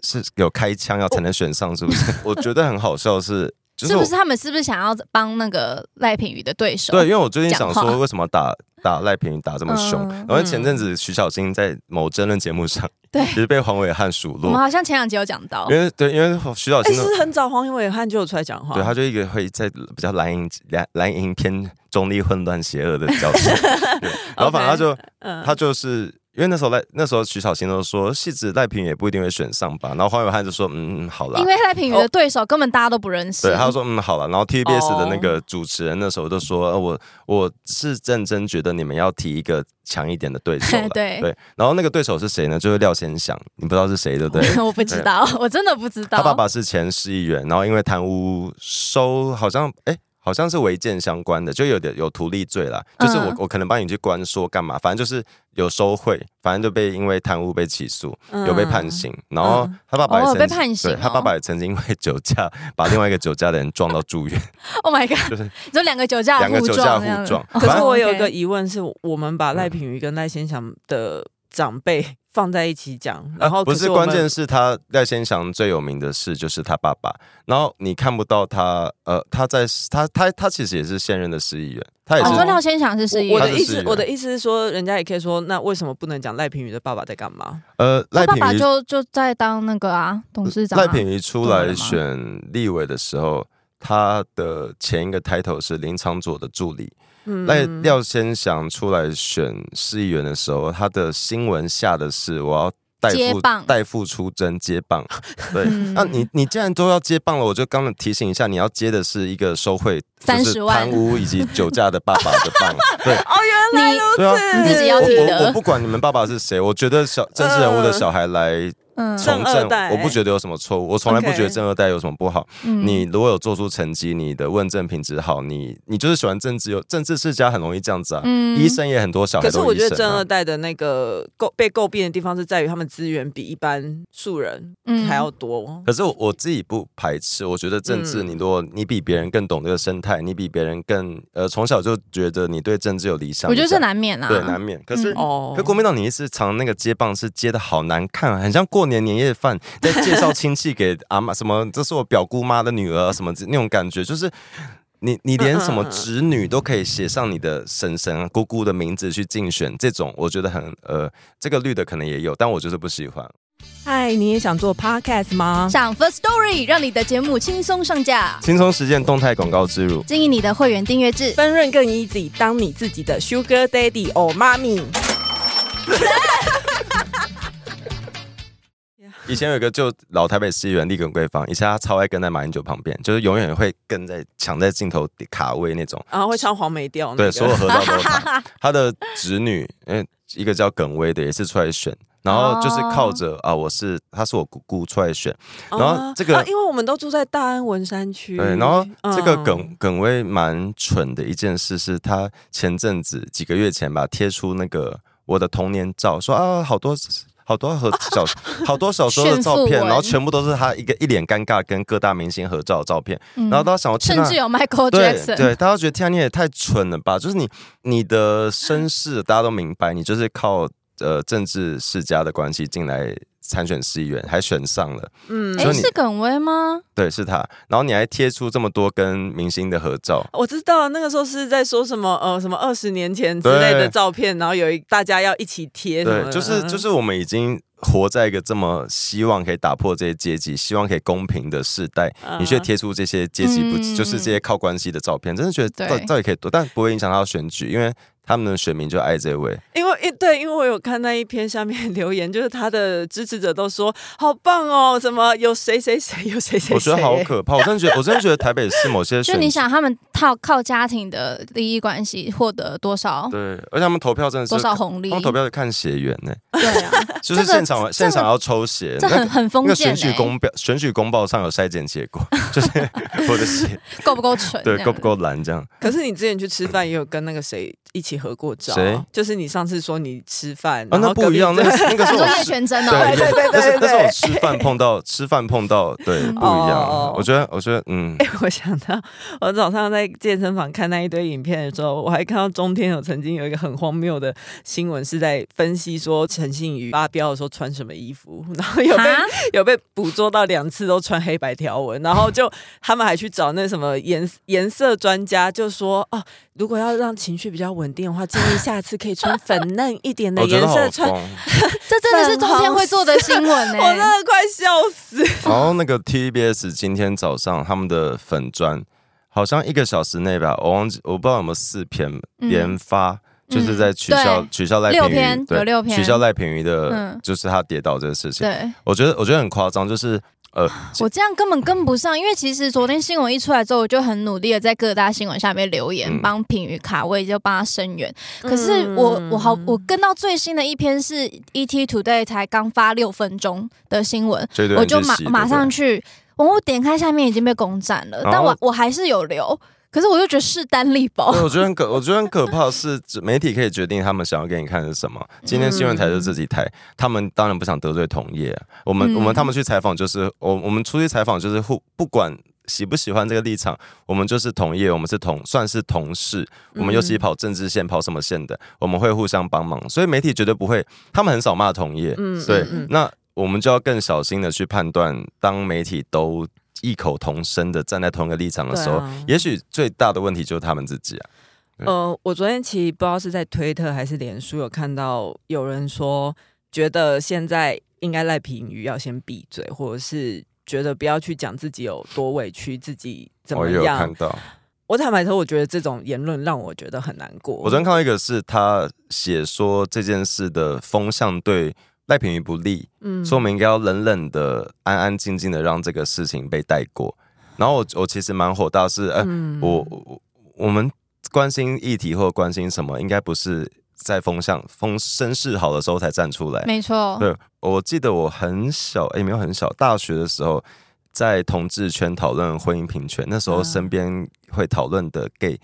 Speaker 4: 是有开枪要才能选上，是不 是？我觉得很好笑是，就是是
Speaker 5: 不
Speaker 4: 我
Speaker 5: 是他们是不是想要帮那个赖品妤的对手？
Speaker 4: 对，因为我最近
Speaker 5: 讲
Speaker 4: 想
Speaker 5: 话
Speaker 4: 说，为什么打打赖平打这么凶？
Speaker 5: 嗯
Speaker 4: 然后前阵子徐小新在某争论节目上，
Speaker 5: 对
Speaker 4: 其实被黄伟汉数
Speaker 5: 我
Speaker 4: 落
Speaker 5: 们，好像前两集有讲到
Speaker 4: 因，为对，因为徐小
Speaker 3: 哎，
Speaker 4: 新
Speaker 3: 是
Speaker 4: 的
Speaker 3: 不是很早黄伟汉就有出来讲
Speaker 5: 哦
Speaker 3: 话，
Speaker 4: 对，他就一个会在比较蓝营蓝蓝营偏中立、混乱、邪恶的角 色，对然后反正他就
Speaker 3: 嗯，
Speaker 4: 他就是因为那时候赖那时候徐小新都说，戏子赖平也不一定会选上吧，然后黄伟汉就说，嗯，嗯好啦
Speaker 5: 因。为赖品妤的对手根本大家都不认识。
Speaker 4: 对，他就说嗯好了，然后 TBS
Speaker 3: 哦
Speaker 4: 的那个主持人那时候就说，呃我我是认真觉得你们要提一个强一点的对手了，
Speaker 5: 对
Speaker 4: 然后那个对手是谁呢？就是廖先祥，你不知道是谁对不对？
Speaker 5: 我不知道，我真的不知 道。
Speaker 4: 他爸爸是前市议员，然后因为贪污收，好像哎、好像是违建相关的，就有点有图利罪啦。就是我、
Speaker 5: 嗯
Speaker 4: 我可能帮你去关说干嘛，反正就是有收贿，反正就被因为贪污被起诉，
Speaker 3: 嗯
Speaker 4: 有被判刑。然后他爸爸也
Speaker 5: 哦
Speaker 4: 曾经、
Speaker 5: 被判刑
Speaker 4: 对他爸
Speaker 5: 哦
Speaker 4: 爸也曾经因为酒驾 把另外一个酒驾的人撞到住院，
Speaker 5: Oh my god！
Speaker 4: 就是
Speaker 5: 就两个酒驾
Speaker 4: 两个
Speaker 5: 互
Speaker 4: 酒驾
Speaker 5: 撞这
Speaker 4: 互
Speaker 5: 样子，
Speaker 4: 撞。
Speaker 3: 可
Speaker 4: 反
Speaker 3: 是
Speaker 4: 正
Speaker 3: 我有一个
Speaker 5: OK
Speaker 3: 疑问是，我们把赖品妤跟赖先祥的长辈放在一起讲，然后
Speaker 4: 啊不
Speaker 3: 可
Speaker 4: 是
Speaker 3: 我们
Speaker 4: 关键是他赖先祥最有名的事就是他爸爸，然后你看不到他，呃，他在他他他其实也是现任的市议员，他也
Speaker 5: 哦
Speaker 4: 是
Speaker 5: 你说廖先祥是市议
Speaker 3: 我我
Speaker 5: 员
Speaker 3: 的
Speaker 4: 他
Speaker 3: 意
Speaker 4: 是市
Speaker 3: 思，
Speaker 4: 议员
Speaker 3: 我的意思是说，人家也可以说，那为什么不能讲赖品妤的爸爸在干嘛？
Speaker 4: 呃，
Speaker 5: 他
Speaker 4: 赖
Speaker 5: 爸
Speaker 4: 品
Speaker 5: 爸
Speaker 4: 妤
Speaker 5: 就就在当那个啊董事长啊、
Speaker 4: 呃赖品妤出
Speaker 5: 懂了
Speaker 4: 来
Speaker 5: 吗
Speaker 4: 选立委的时候，他的前一个 title 是林长佐的助理。
Speaker 3: 嗯
Speaker 4: 赖、廖先祥出来选市议员的时候，他的新闻下的是我要。代
Speaker 5: 接
Speaker 4: 父
Speaker 5: 棒
Speaker 4: 代父出征接 棒，对，
Speaker 5: 嗯
Speaker 4: 那你你既然都要接棒了，我就刚刚提醒一下，你要接的是一个收贿、就
Speaker 5: 30
Speaker 4: 是
Speaker 5: 万
Speaker 4: 贪污以及酒驾的爸爸的棒， 对，
Speaker 3: 哦，原来如
Speaker 4: 对啊，
Speaker 5: 你 自己要
Speaker 4: 我
Speaker 5: 提
Speaker 4: 我
Speaker 5: 的呃
Speaker 4: 我不管你们爸爸是谁，我觉得小政治人物的小孩来
Speaker 5: 嗯
Speaker 4: 从
Speaker 3: 正二
Speaker 4: 政
Speaker 3: 代，
Speaker 4: 我不觉得有什么错误，我从来不
Speaker 3: OK
Speaker 4: 觉得正二代有什么不好。
Speaker 5: 嗯
Speaker 4: 你如果有做出成绩，你的问政品质好，你你就是喜欢政治，有政治世家很容易这样子啊。
Speaker 5: 嗯
Speaker 4: 医生也很多小孩
Speaker 3: 可是
Speaker 4: 都
Speaker 3: 我
Speaker 4: 医
Speaker 3: 觉得
Speaker 4: 生、
Speaker 3: 正二
Speaker 4: 啊。
Speaker 3: 代的那个诟被诟病的地方是在于他们资源比一般素人
Speaker 5: 嗯
Speaker 3: 还要多。
Speaker 4: 可是我我自己不排斥，我觉得政治，
Speaker 3: 嗯
Speaker 4: 你如果你比别人更懂这个生态，你比别人更呃从小就觉得你对政治有理想，
Speaker 5: 我觉得
Speaker 4: 你才
Speaker 5: 这难免啦，啊
Speaker 4: 对难免。可是、
Speaker 5: 嗯
Speaker 3: 哦
Speaker 4: 可，国民党你一次尝那个接棒是接的好难看啊，很像过年年夜饭在介绍亲戚给阿妈，什么这是我表姑妈的女儿啊什么之那种感觉，就是你你连什么
Speaker 3: 嗯嗯嗯
Speaker 4: 侄女都可以写上你的婶婶啊姑姑的名字去竞选，这种我觉得很呃，这个绿的可能也有，但我就是不喜欢。
Speaker 3: 嗨，你也想做 podcast 吗？
Speaker 5: 上 First Story 让你的节目轻松上架，
Speaker 4: 轻松实践动态广告植入，
Speaker 5: 经营你的会员订阅
Speaker 4: 啊
Speaker 5: 制。
Speaker 3: 分润更 easy，当你自己的 sugar daddy or mommy。
Speaker 4: 以前有一个就老台北市议员立耿桂芳，以前他超爱跟在马英九旁边，就是永远会跟在抢在镜头卡位那种。
Speaker 3: 然后会穿黄梅调、那
Speaker 4: 对，
Speaker 3: 个，
Speaker 4: 所有合照都有他。他的侄 女，嗯，一个叫耿威的也是出来选，然后就是靠
Speaker 5: 哦
Speaker 4: 着啊，我是他是我姑姑出来选，
Speaker 3: 啊。
Speaker 4: 然后这个
Speaker 3: 啊因为我们都住在大安文山
Speaker 5: 嗯
Speaker 3: 区，
Speaker 4: 对，然后这个
Speaker 3: 嗯
Speaker 4: 耿耿威蛮蠢的一件事是，他前阵子几个月前吧贴出那个我的童年照，说啊好多好多合 小好多小时候的照
Speaker 5: 炫
Speaker 4: 片，
Speaker 5: 富文
Speaker 4: 然后全部都是他一个一脸尴尬跟各大明星合照的照片，
Speaker 5: 嗯
Speaker 4: 然后大家想要
Speaker 5: 甚至有 Michael
Speaker 4: 对
Speaker 5: Jackson，
Speaker 4: 对，大家觉得天啊，你也太蠢了吧！就是你你的身世，大家都明白，你就是靠呃政治世家的关系进来参选市议员，还选上了，
Speaker 3: 嗯，
Speaker 4: 所
Speaker 5: 哎，
Speaker 4: 以你
Speaker 5: 是耿威吗？
Speaker 4: 对，是他。然后你还贴出这么多跟明星的合照，
Speaker 3: 我知道那个时候是在说什么呃什么二十年前之类的
Speaker 4: 对
Speaker 3: 照片，然后有一大家要一起贴什么
Speaker 4: 对，
Speaker 3: 的，
Speaker 4: 就是
Speaker 3: 嗯
Speaker 4: 就是我们已经活在一个这么希望可以打破这些阶级、希望可以公平的世代，你却
Speaker 3: 嗯
Speaker 4: 贴出这些阶级不、
Speaker 5: 嗯
Speaker 4: 就是这些靠关系的照片，真的觉得到
Speaker 5: 对
Speaker 4: 到底可以多，但不会影响到选举，因为他们的选民就爱这位。
Speaker 3: 因为一对，因为我有看那一篇下面留言， 就是他的支持者都说好棒哦，什么有谁谁谁有 谁谁谁，
Speaker 4: 我觉得好可怕，我真的觉 得，我真的觉得台北市某些
Speaker 5: 就
Speaker 4: 选
Speaker 5: 你
Speaker 4: 举，
Speaker 5: 想他们靠靠家庭的利益关系获得多少
Speaker 4: 对，而且他们投票真的是
Speaker 5: 多少红利
Speaker 4: 他？们投票是看血缘 呢、
Speaker 5: 对 啊，
Speaker 4: 就是
Speaker 5: 这个
Speaker 4: 现场
Speaker 5: 这
Speaker 4: 现
Speaker 5: 个
Speaker 4: 场要抽血，
Speaker 5: 这
Speaker 4: 那
Speaker 5: 很
Speaker 4: 个
Speaker 5: 很封
Speaker 4: 那个
Speaker 5: 建
Speaker 4: 选举
Speaker 5: 欸，
Speaker 4: 公表选举公报上有筛检 结果，就是 我的血
Speaker 5: 够不够蠢？啊
Speaker 4: 对
Speaker 5: 这样
Speaker 4: 够不？够蓝这样，
Speaker 3: 可是你之前去吃饭也有跟那个谁一起合过照啊，
Speaker 4: 谁
Speaker 3: 就是你上次说你吃饭，
Speaker 4: 啊
Speaker 3: 然后
Speaker 4: 那不一样，
Speaker 3: 隔
Speaker 4: 那
Speaker 3: 壁
Speaker 4: 个是那个是
Speaker 5: 你
Speaker 4: 我
Speaker 5: 说叶
Speaker 4: 吃
Speaker 5: 全真哦，
Speaker 4: 对
Speaker 3: 对对对
Speaker 4: 那是
Speaker 3: 对
Speaker 4: 那
Speaker 3: 对
Speaker 4: 是我吃饭碰到吃饭碰到对
Speaker 5: 嗯
Speaker 4: 不一
Speaker 3: 哦哦
Speaker 4: 样
Speaker 3: 哦，
Speaker 4: 我觉得我觉得 嗯
Speaker 3: 哎我想到我早上在健身房看那一堆影片的时候，我还看到中天有曾经有一个很荒谬的新闻，是在分析说陈信宇发飙的时候穿什么衣服，然后有被
Speaker 5: 啊
Speaker 3: 有被捕捉到两次都穿黑白条纹，然后就他们还去找那什么颜颜色专家，就说哦，如果要让情绪比较稳定的话，建议下次可以穿粉嫩一点的
Speaker 4: 我觉
Speaker 3: 颜
Speaker 4: 哦得好
Speaker 3: 色穿。
Speaker 4: 疯。
Speaker 5: 这真的是中天会做的新 闻欸呢、
Speaker 3: 我真的快笑死！
Speaker 4: 然后那个 TBS 今天早上他们的粉砖，好像一个小时内吧，我忘记我不知道有没有四篇
Speaker 5: 嗯
Speaker 4: 连发，就是在取消
Speaker 5: 对
Speaker 4: 取消赖
Speaker 5: 六
Speaker 4: 品妤
Speaker 5: 篇有
Speaker 4: 对
Speaker 5: 六篇
Speaker 4: 取消赖品妤的
Speaker 5: 嗯，
Speaker 4: 就是他跌倒这个事情，
Speaker 5: 对
Speaker 4: 我觉得我觉得很夸张，就是呃，
Speaker 5: 我这样根本跟不上，因为其实昨天新闻一出来之后，我就很努力的在各大新闻下面留言，
Speaker 4: 嗯
Speaker 5: 帮品瑜卡位，就帮他声援。可是我我好我跟到最新的一篇是 ET Today 才刚发六分钟的新闻，
Speaker 4: 这对
Speaker 5: 我就马马上
Speaker 4: 去
Speaker 5: 去，我点开下面已经被攻占了，
Speaker 4: 然后
Speaker 5: 但我我还是有留，可是我就觉得势单力薄
Speaker 3: 哦
Speaker 4: 对，。我觉得很可，我觉得很可怕的是，媒体可以决定他们想要给你看的是什么。今天新闻
Speaker 3: 嗯
Speaker 4: 台就自己台，他们当然不想得罪同业啊、我们、
Speaker 5: 嗯
Speaker 4: 我们他们去采访就是我我们出去采访就是互不管喜不喜欢这个立场，我们就是同业，我们是同算是同事，我们尤
Speaker 3: 嗯
Speaker 4: 其跑政治线、跑什么线的，我们会互相帮忙。所以媒体绝对不会，他们很少骂同业。
Speaker 3: 嗯
Speaker 4: 对，
Speaker 3: 嗯嗯
Speaker 4: 那我们就要更小心的去判断，当媒体都。异口同声的站在同一个立场的时候，
Speaker 3: 对啊
Speaker 4: 也许最大的问题就是他们自己啊。
Speaker 3: 呃，我昨天其实不知道是在推特还是脸书有看到有人说，觉得现在应该赖品妤要先闭嘴，或者是觉得不要去讲自己有多委屈，自己怎么
Speaker 4: 哦我也有
Speaker 3: 样
Speaker 4: 看。到，
Speaker 3: 我坦白说，我觉得这种言论让我觉得很难过。
Speaker 4: 我昨天看到一个是他写说这件事的风向对赖品妤不利，
Speaker 3: 嗯
Speaker 4: 说我们应该要冷冷的、安安静静的让这个事情被带过。然后我我其实蛮火大是，呃，
Speaker 3: 嗯
Speaker 4: 我我我们关心议题或关心什么，应该不是在风向风声势好的时候才站出来。
Speaker 5: 没
Speaker 3: 哦
Speaker 5: 错，
Speaker 4: 对，我记得我很小，哎、没有很小，大学的时候在同志圈讨论婚姻平权，那时候
Speaker 3: 嗯
Speaker 4: 身边会讨论的 gay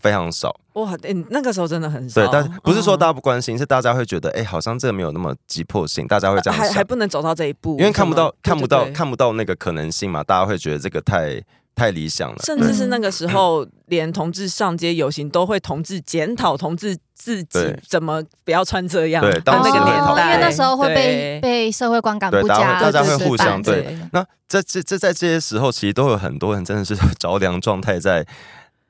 Speaker 4: 非常少。
Speaker 3: 哇、欸，那个时候真的很少。
Speaker 4: 对，但不是说
Speaker 3: 嗯
Speaker 4: 大家不关心，是大家会觉得，哎、好像这个没有那么急迫性，大家会这样
Speaker 3: 还还
Speaker 4: 想，
Speaker 3: 不能走到这一步，
Speaker 4: 因为看不
Speaker 3: 是吗
Speaker 4: 到、看不到、。
Speaker 3: 对对对
Speaker 4: 看不到那个可能性嘛，大家会觉得这个太太理想了，嗯
Speaker 3: 甚
Speaker 4: 对
Speaker 3: 至是那个时候，连同志上街游行都会同志检讨同志自己
Speaker 4: 对
Speaker 3: 怎么不要穿这样。啊
Speaker 4: 对当
Speaker 3: 那
Speaker 4: 时
Speaker 3: 个
Speaker 4: 会
Speaker 3: 年
Speaker 4: 讨
Speaker 5: 哦
Speaker 4: 论
Speaker 3: 代，
Speaker 5: 因为那时候会
Speaker 3: 对
Speaker 5: 被被社会观感
Speaker 4: 对
Speaker 5: 不
Speaker 4: 大家
Speaker 5: 佳，
Speaker 4: 会大家会
Speaker 5: 对
Speaker 4: 互相
Speaker 5: 对
Speaker 4: 对
Speaker 5: 对
Speaker 3: 嗯
Speaker 5: 对
Speaker 4: 那这这这在这些时候，其实都有很多人真的是着凉状态，在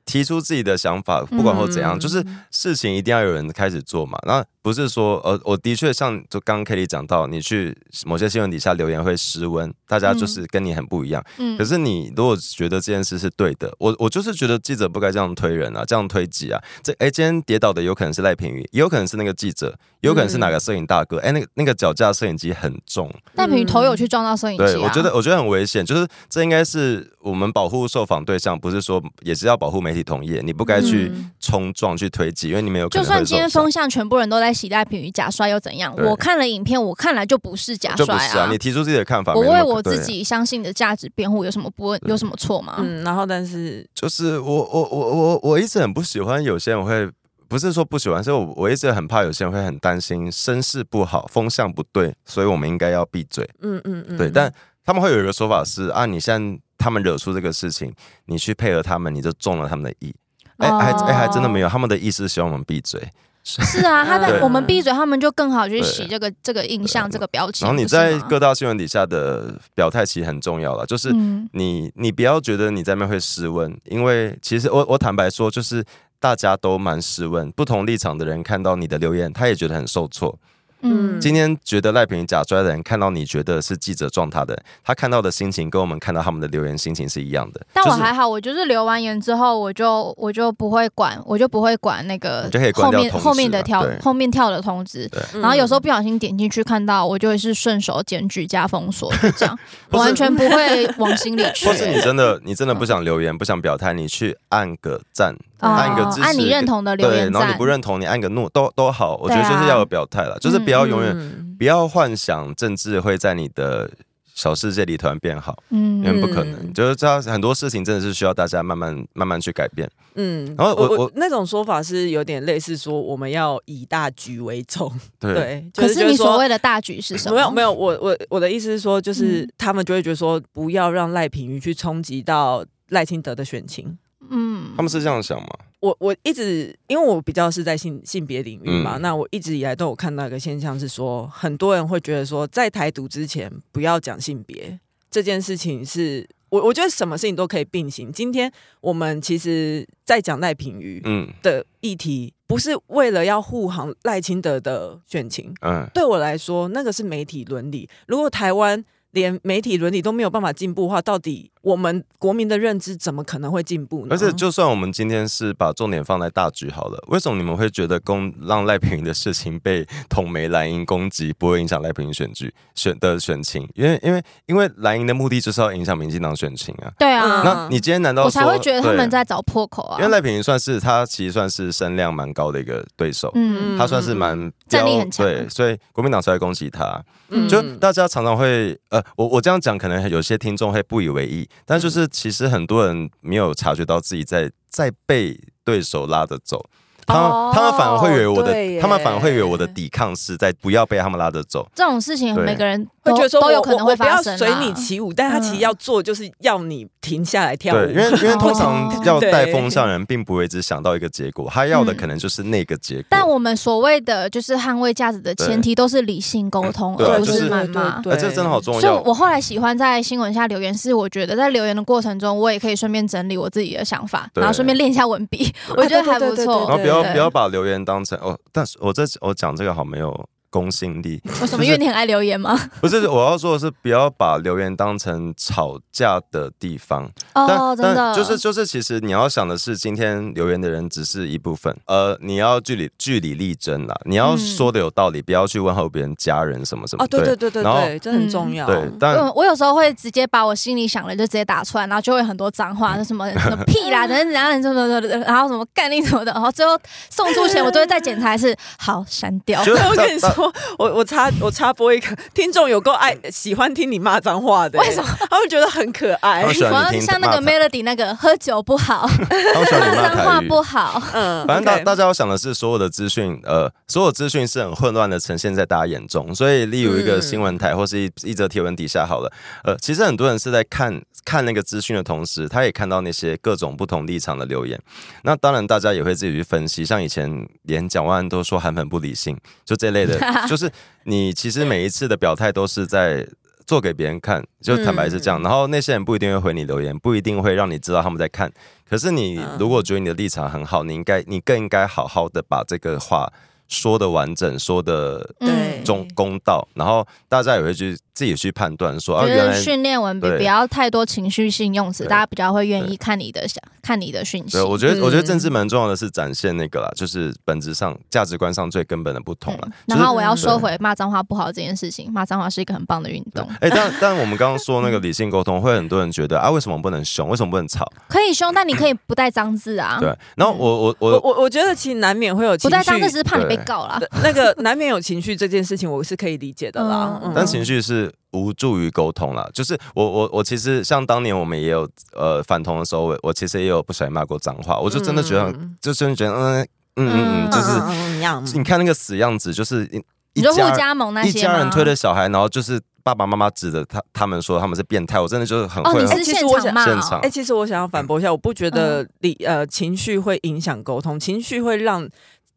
Speaker 4: 提出自己的想法，不管或怎样，
Speaker 3: 嗯
Speaker 4: 就是事情一定要有人开始做嘛。那不是说，呃，我的确像就刚刚 k e l l y 讲到，你去某些新闻底下留言会失温，大家就是跟你很不一样。
Speaker 5: 嗯
Speaker 4: 可是你如果觉得这件事是对的，我我就是觉得记者不该这样推人啊，这样推挤啊。这哎，今天跌倒的有可能是赖品妤，也有可能是那个记者，也有可能是哪个摄影大哥。哎、那个那个脚架摄影机很重。
Speaker 5: 但品瑜头有去撞到摄影机、啊
Speaker 4: 对，我觉得我觉得很危险，就是这应该是我们保护受访对象，不是说也是要保护媒体同业，你不该去
Speaker 5: 嗯
Speaker 4: 冲撞、去推挤，因为你们有可
Speaker 5: 就
Speaker 4: 能会
Speaker 5: 算今天
Speaker 4: 受伤
Speaker 5: 风向全部人都在洗赖品瑜假摔又怎样？
Speaker 4: 对
Speaker 5: 我看了影片，我看来就不是假
Speaker 4: 就
Speaker 5: 摔
Speaker 4: 不是啊，你提出自己的看法，
Speaker 5: 我
Speaker 4: 没那
Speaker 5: 为
Speaker 4: 么
Speaker 5: 我
Speaker 4: 对啊
Speaker 5: 自己相信的价值辩护，有什么不有什么错吗？
Speaker 3: 嗯，然后但是
Speaker 4: 就是我我我我我一直很不喜欢有些人会不是说不喜欢，是我我一直很怕有些人会很担心声势不好，风向不对，所以我们应该要闭嘴。
Speaker 3: 嗯嗯嗯，
Speaker 4: 对，但他们会有一个说法是啊，你现在他们惹出这个事情，你去配合他们，你就中了他们的意。哎、还
Speaker 5: 哦
Speaker 4: 哎、还真的没有，他们的意思是希望我们闭嘴。
Speaker 5: 是啊，他
Speaker 4: 对
Speaker 5: 们我们闭嘴，他们就更好去
Speaker 4: 对
Speaker 5: 洗这个这个印象、这个标签。
Speaker 4: 然后你
Speaker 5: 不是
Speaker 4: 在
Speaker 5: 吗
Speaker 4: 各大新闻底下的表态其实很重要了，就是
Speaker 5: 嗯
Speaker 4: 你你不要觉得你在那边会失温，因为其实我我坦白说，就是大家都蛮失温，不同立场的人看到你的留言，他也觉得很受挫。
Speaker 5: 嗯
Speaker 4: 今天觉得赖平假摔的人，看到你觉得是记者撞他的人，他看到的心情跟我们看到他们的留言心情是一样的。
Speaker 5: 但
Speaker 4: 就
Speaker 5: 我
Speaker 4: 是
Speaker 5: 还好，我就是留完言之后，我就我就不会管，我就不会管那个
Speaker 4: 你就可以关
Speaker 5: 后
Speaker 4: 掉
Speaker 5: 面
Speaker 4: 通知
Speaker 5: 后面的
Speaker 4: 嘛
Speaker 5: 跳
Speaker 4: 对
Speaker 5: 后面跳的通知。
Speaker 3: 嗯
Speaker 5: 然后有时候不小心点进去看到，我就会是顺手检举加封锁，就这 样，我完全不会往心里去
Speaker 4: 或。是你真的你真的不想留言，不想表态，你去按个赞，
Speaker 5: 哦
Speaker 4: 按个支持
Speaker 5: 按你认同的留
Speaker 4: 对，
Speaker 5: 言
Speaker 4: 然后你
Speaker 5: 赞
Speaker 4: 不，认同，你按个怒都都好。我觉得
Speaker 5: 对啊
Speaker 4: 就是要有表态了，就是不要永远、
Speaker 3: 嗯
Speaker 4: 不要幻想政治会在你的小世界里突然变好，因为
Speaker 5: 嗯
Speaker 4: 不可能。
Speaker 3: 嗯
Speaker 4: 就是这样，很多事情真的是需要大家慢慢慢慢去改变。
Speaker 3: 嗯，
Speaker 4: 然后我我
Speaker 3: 那种说法是有点类似说我们要以大局为重，
Speaker 4: 对，
Speaker 3: 对，就
Speaker 5: 可是你
Speaker 3: 觉得
Speaker 5: 所
Speaker 3: 说
Speaker 5: 谓的大局是什么？
Speaker 3: 没有没有，我我我的意思是说，就是
Speaker 5: 嗯
Speaker 3: 他们就会觉得说，不要让赖品妤去冲击到赖清德的选情。
Speaker 5: 嗯
Speaker 4: 他们是这样想嘛？
Speaker 3: 我我一直因为我比较是在性性别领域嘛，
Speaker 4: 嗯
Speaker 3: 那我一直以来都有看到一个现象是说，很多人会觉得说，在台独之前不要讲性别这件事情是。我我觉得什么事情都可以并行。今天我们其实，在讲赖品妤
Speaker 4: 嗯
Speaker 3: 的议题，不是为了要护航赖清德的选情，
Speaker 4: 嗯，
Speaker 3: 对我来说，那个是媒体伦理。如果台湾连媒体伦理都没有办法进步的话，到底我们国民的认知怎么可能会进
Speaker 5: 嗯
Speaker 3: 步呢？
Speaker 4: 而且，就算我们今天是把重点放在大局好了，为什么你们会觉得公让赖品妤的事情被统媒蓝营攻击不会影响赖品妤选举选的选情？因为因为因为蓝营的目的就是要影响民进党选情啊。
Speaker 5: 对
Speaker 3: 嗯
Speaker 5: 啊，
Speaker 4: 那你今天难道
Speaker 5: 我才
Speaker 4: 说
Speaker 5: 会觉得他
Speaker 4: 对
Speaker 5: 们在找破口啊
Speaker 4: 因为。赖品妤算是他其实算是声量蛮高的一个对手，
Speaker 5: 嗯
Speaker 4: 他算是蛮
Speaker 5: 战力
Speaker 4: 标
Speaker 5: 很强
Speaker 4: 对，所以国民党才会攻击他。
Speaker 5: 嗯
Speaker 4: 就大家常常会呃，我我这样讲，可能有些听众会不以为意，但
Speaker 5: 嗯
Speaker 4: 就是其实很多人没有察觉到自己在在被对手拉着走。他们、
Speaker 5: 哦
Speaker 4: 他们反而会以为我
Speaker 3: 对
Speaker 4: 的，
Speaker 3: 耶
Speaker 4: 他们反而会以为我的抵抗是在不要被他们拉着走。
Speaker 5: 这种事情
Speaker 4: 对
Speaker 5: 每个人
Speaker 3: 会
Speaker 5: 都
Speaker 3: 觉得说我，
Speaker 5: 都有可能
Speaker 3: 我
Speaker 5: 会
Speaker 3: 我不要
Speaker 5: 发生啊。嗯
Speaker 3: 随你起舞，但他其实要做就是要你停下来跳舞。
Speaker 4: 对， 因为因为通
Speaker 5: 哦
Speaker 4: 常要带
Speaker 3: 对
Speaker 4: 风向的人，并不会只想到一个结果，他要的
Speaker 5: 嗯
Speaker 4: 可能就是那个结果。
Speaker 5: 但我们所谓的就是捍卫价值的前提，都是理性沟通，
Speaker 4: 对啊
Speaker 5: 而不
Speaker 4: 就是是
Speaker 5: 谩骂。
Speaker 3: 对
Speaker 4: 哎这真的好重
Speaker 5: 所以
Speaker 4: 要。，
Speaker 5: 我后来喜欢在新闻下留言，是我觉得在留言的过程中，我也可以顺便整理我自己的想法，
Speaker 4: 对
Speaker 5: 然后顺便练一下文笔，我觉得还不
Speaker 3: 对对对对对
Speaker 4: 然后
Speaker 5: 错。
Speaker 4: 不要
Speaker 3: 对
Speaker 4: 不要把留言当成哦，但是我这我讲这个好没有公信力。
Speaker 5: 为什么？因为你很爱留言吗？
Speaker 4: 不是我要说的是，不要把留言当成吵架的地方。
Speaker 5: 哦，真的，
Speaker 4: 就是就是，其实你要想的是，今天留言的人只是一部分，呃，你要据理据理力争啦，你要
Speaker 5: 嗯
Speaker 4: 说的有道理，不要去问候别人家人什么什么。
Speaker 3: 哦，对对对对
Speaker 4: 然后
Speaker 3: 对，这哦很重要。
Speaker 4: 对，但
Speaker 5: 嗯，我有时候会直接把我心里想的就直接打出来，然后就会很多脏话，那什么什么屁啦，等等怎样怎么怎么，然后什么概念什么的，然后最后送出前我都会再检查一次，好删掉。
Speaker 4: 就
Speaker 3: 我跟你
Speaker 4: 但
Speaker 3: 说，我我插我插播一个听众有够爱喜欢听你骂脏话的、为什么？他们觉得很可爱
Speaker 4: 他。们喜
Speaker 5: 我要
Speaker 4: 欢你听
Speaker 5: 像那个
Speaker 4: 骂
Speaker 5: Melody 那个喝酒不 好，
Speaker 4: 他们喜欢
Speaker 5: 骂
Speaker 4: 你骂
Speaker 5: 脏话
Speaker 4: 台语。
Speaker 5: 不好，
Speaker 3: 嗯
Speaker 4: 反正大
Speaker 3: OK
Speaker 4: 大家要想的是，所有的资讯，呃，所有资讯是很混乱的呈现在大家眼中。所以，例如一个
Speaker 3: 嗯
Speaker 4: 新闻台或是一一则贴文底下好了，呃，其实很多人是在看看那个资讯的同时，他也看到那些各种不同立场的留言。那当然，大家也会自己去分析。像以前连蒋万安都说韩粉不理性，就这 类的，就是你其实每一次的表态都是在。做给别人看，就坦白是这样。
Speaker 5: 嗯
Speaker 4: 然后那些人不一定会回你留言，不一定会让你知道他们在看。可是你
Speaker 5: 嗯
Speaker 4: 如果觉得你的立场很好，你应该，你更应该好好的把这个话说的完整，说的
Speaker 3: 对
Speaker 5: 嗯
Speaker 4: 中公道，然后大家也会去自己去判断说啊，
Speaker 5: 就
Speaker 4: 原
Speaker 5: 是
Speaker 4: 来
Speaker 5: 训练文笔
Speaker 4: 对
Speaker 5: 不要太多情绪性用词，
Speaker 4: 对
Speaker 5: 大家比较会愿意看你的想看你的讯息
Speaker 4: 对，。我觉得、我觉得
Speaker 3: 嗯
Speaker 4: 政治蛮重要的是展现那个啦，就是本质上价值观上最根本的不同
Speaker 5: 嗯
Speaker 4: 了。就
Speaker 5: 然
Speaker 4: 是
Speaker 5: 后我要说回骂脏话不好这件事情，骂脏话是一个很棒的运动，
Speaker 4: 哎、但但我们刚刚说那个理性沟通，会很多人觉得啊，为什么不能凶？为什么不能吵？
Speaker 5: 可以凶，但你可以不带脏字啊，
Speaker 4: 对，然后我我
Speaker 3: 我
Speaker 4: 我
Speaker 3: 我我觉得其实难免会有
Speaker 5: 不
Speaker 3: 情
Speaker 5: 带
Speaker 3: 绪
Speaker 5: 脏字只是怕你被
Speaker 4: 对
Speaker 5: 告啦。
Speaker 3: 那个难免有情绪这件事情，我是可以理解的啦。
Speaker 5: 嗯
Speaker 3: 嗯、
Speaker 4: 但情绪是无助于沟通啦。就是我我我其实像当年我们也有呃反同的时候，我我其实也有不小心骂过脏话，我就真的觉得很、
Speaker 3: 嗯
Speaker 4: 就真的觉得嗯嗯嗯嗯，就
Speaker 3: 嗯
Speaker 4: 是
Speaker 3: 嗯嗯样
Speaker 4: 你看那个死样子，就是一一
Speaker 5: 你说
Speaker 4: 家
Speaker 5: 互加盟那
Speaker 4: 一
Speaker 5: 些
Speaker 4: 家
Speaker 5: 吗？
Speaker 4: 人推着小孩，然后就是爸爸妈妈指着他他们说他们是变态，我真的就是很
Speaker 5: 哦，
Speaker 4: 会
Speaker 5: 你
Speaker 3: 哎
Speaker 5: 是
Speaker 3: 其
Speaker 5: 现
Speaker 3: 实
Speaker 5: 场
Speaker 3: 我想
Speaker 5: 骂哦
Speaker 4: 现场
Speaker 3: 哎、其实我想要反驳一下，我不觉
Speaker 4: 嗯
Speaker 3: 得理呃情绪会影响沟通，情绪会让，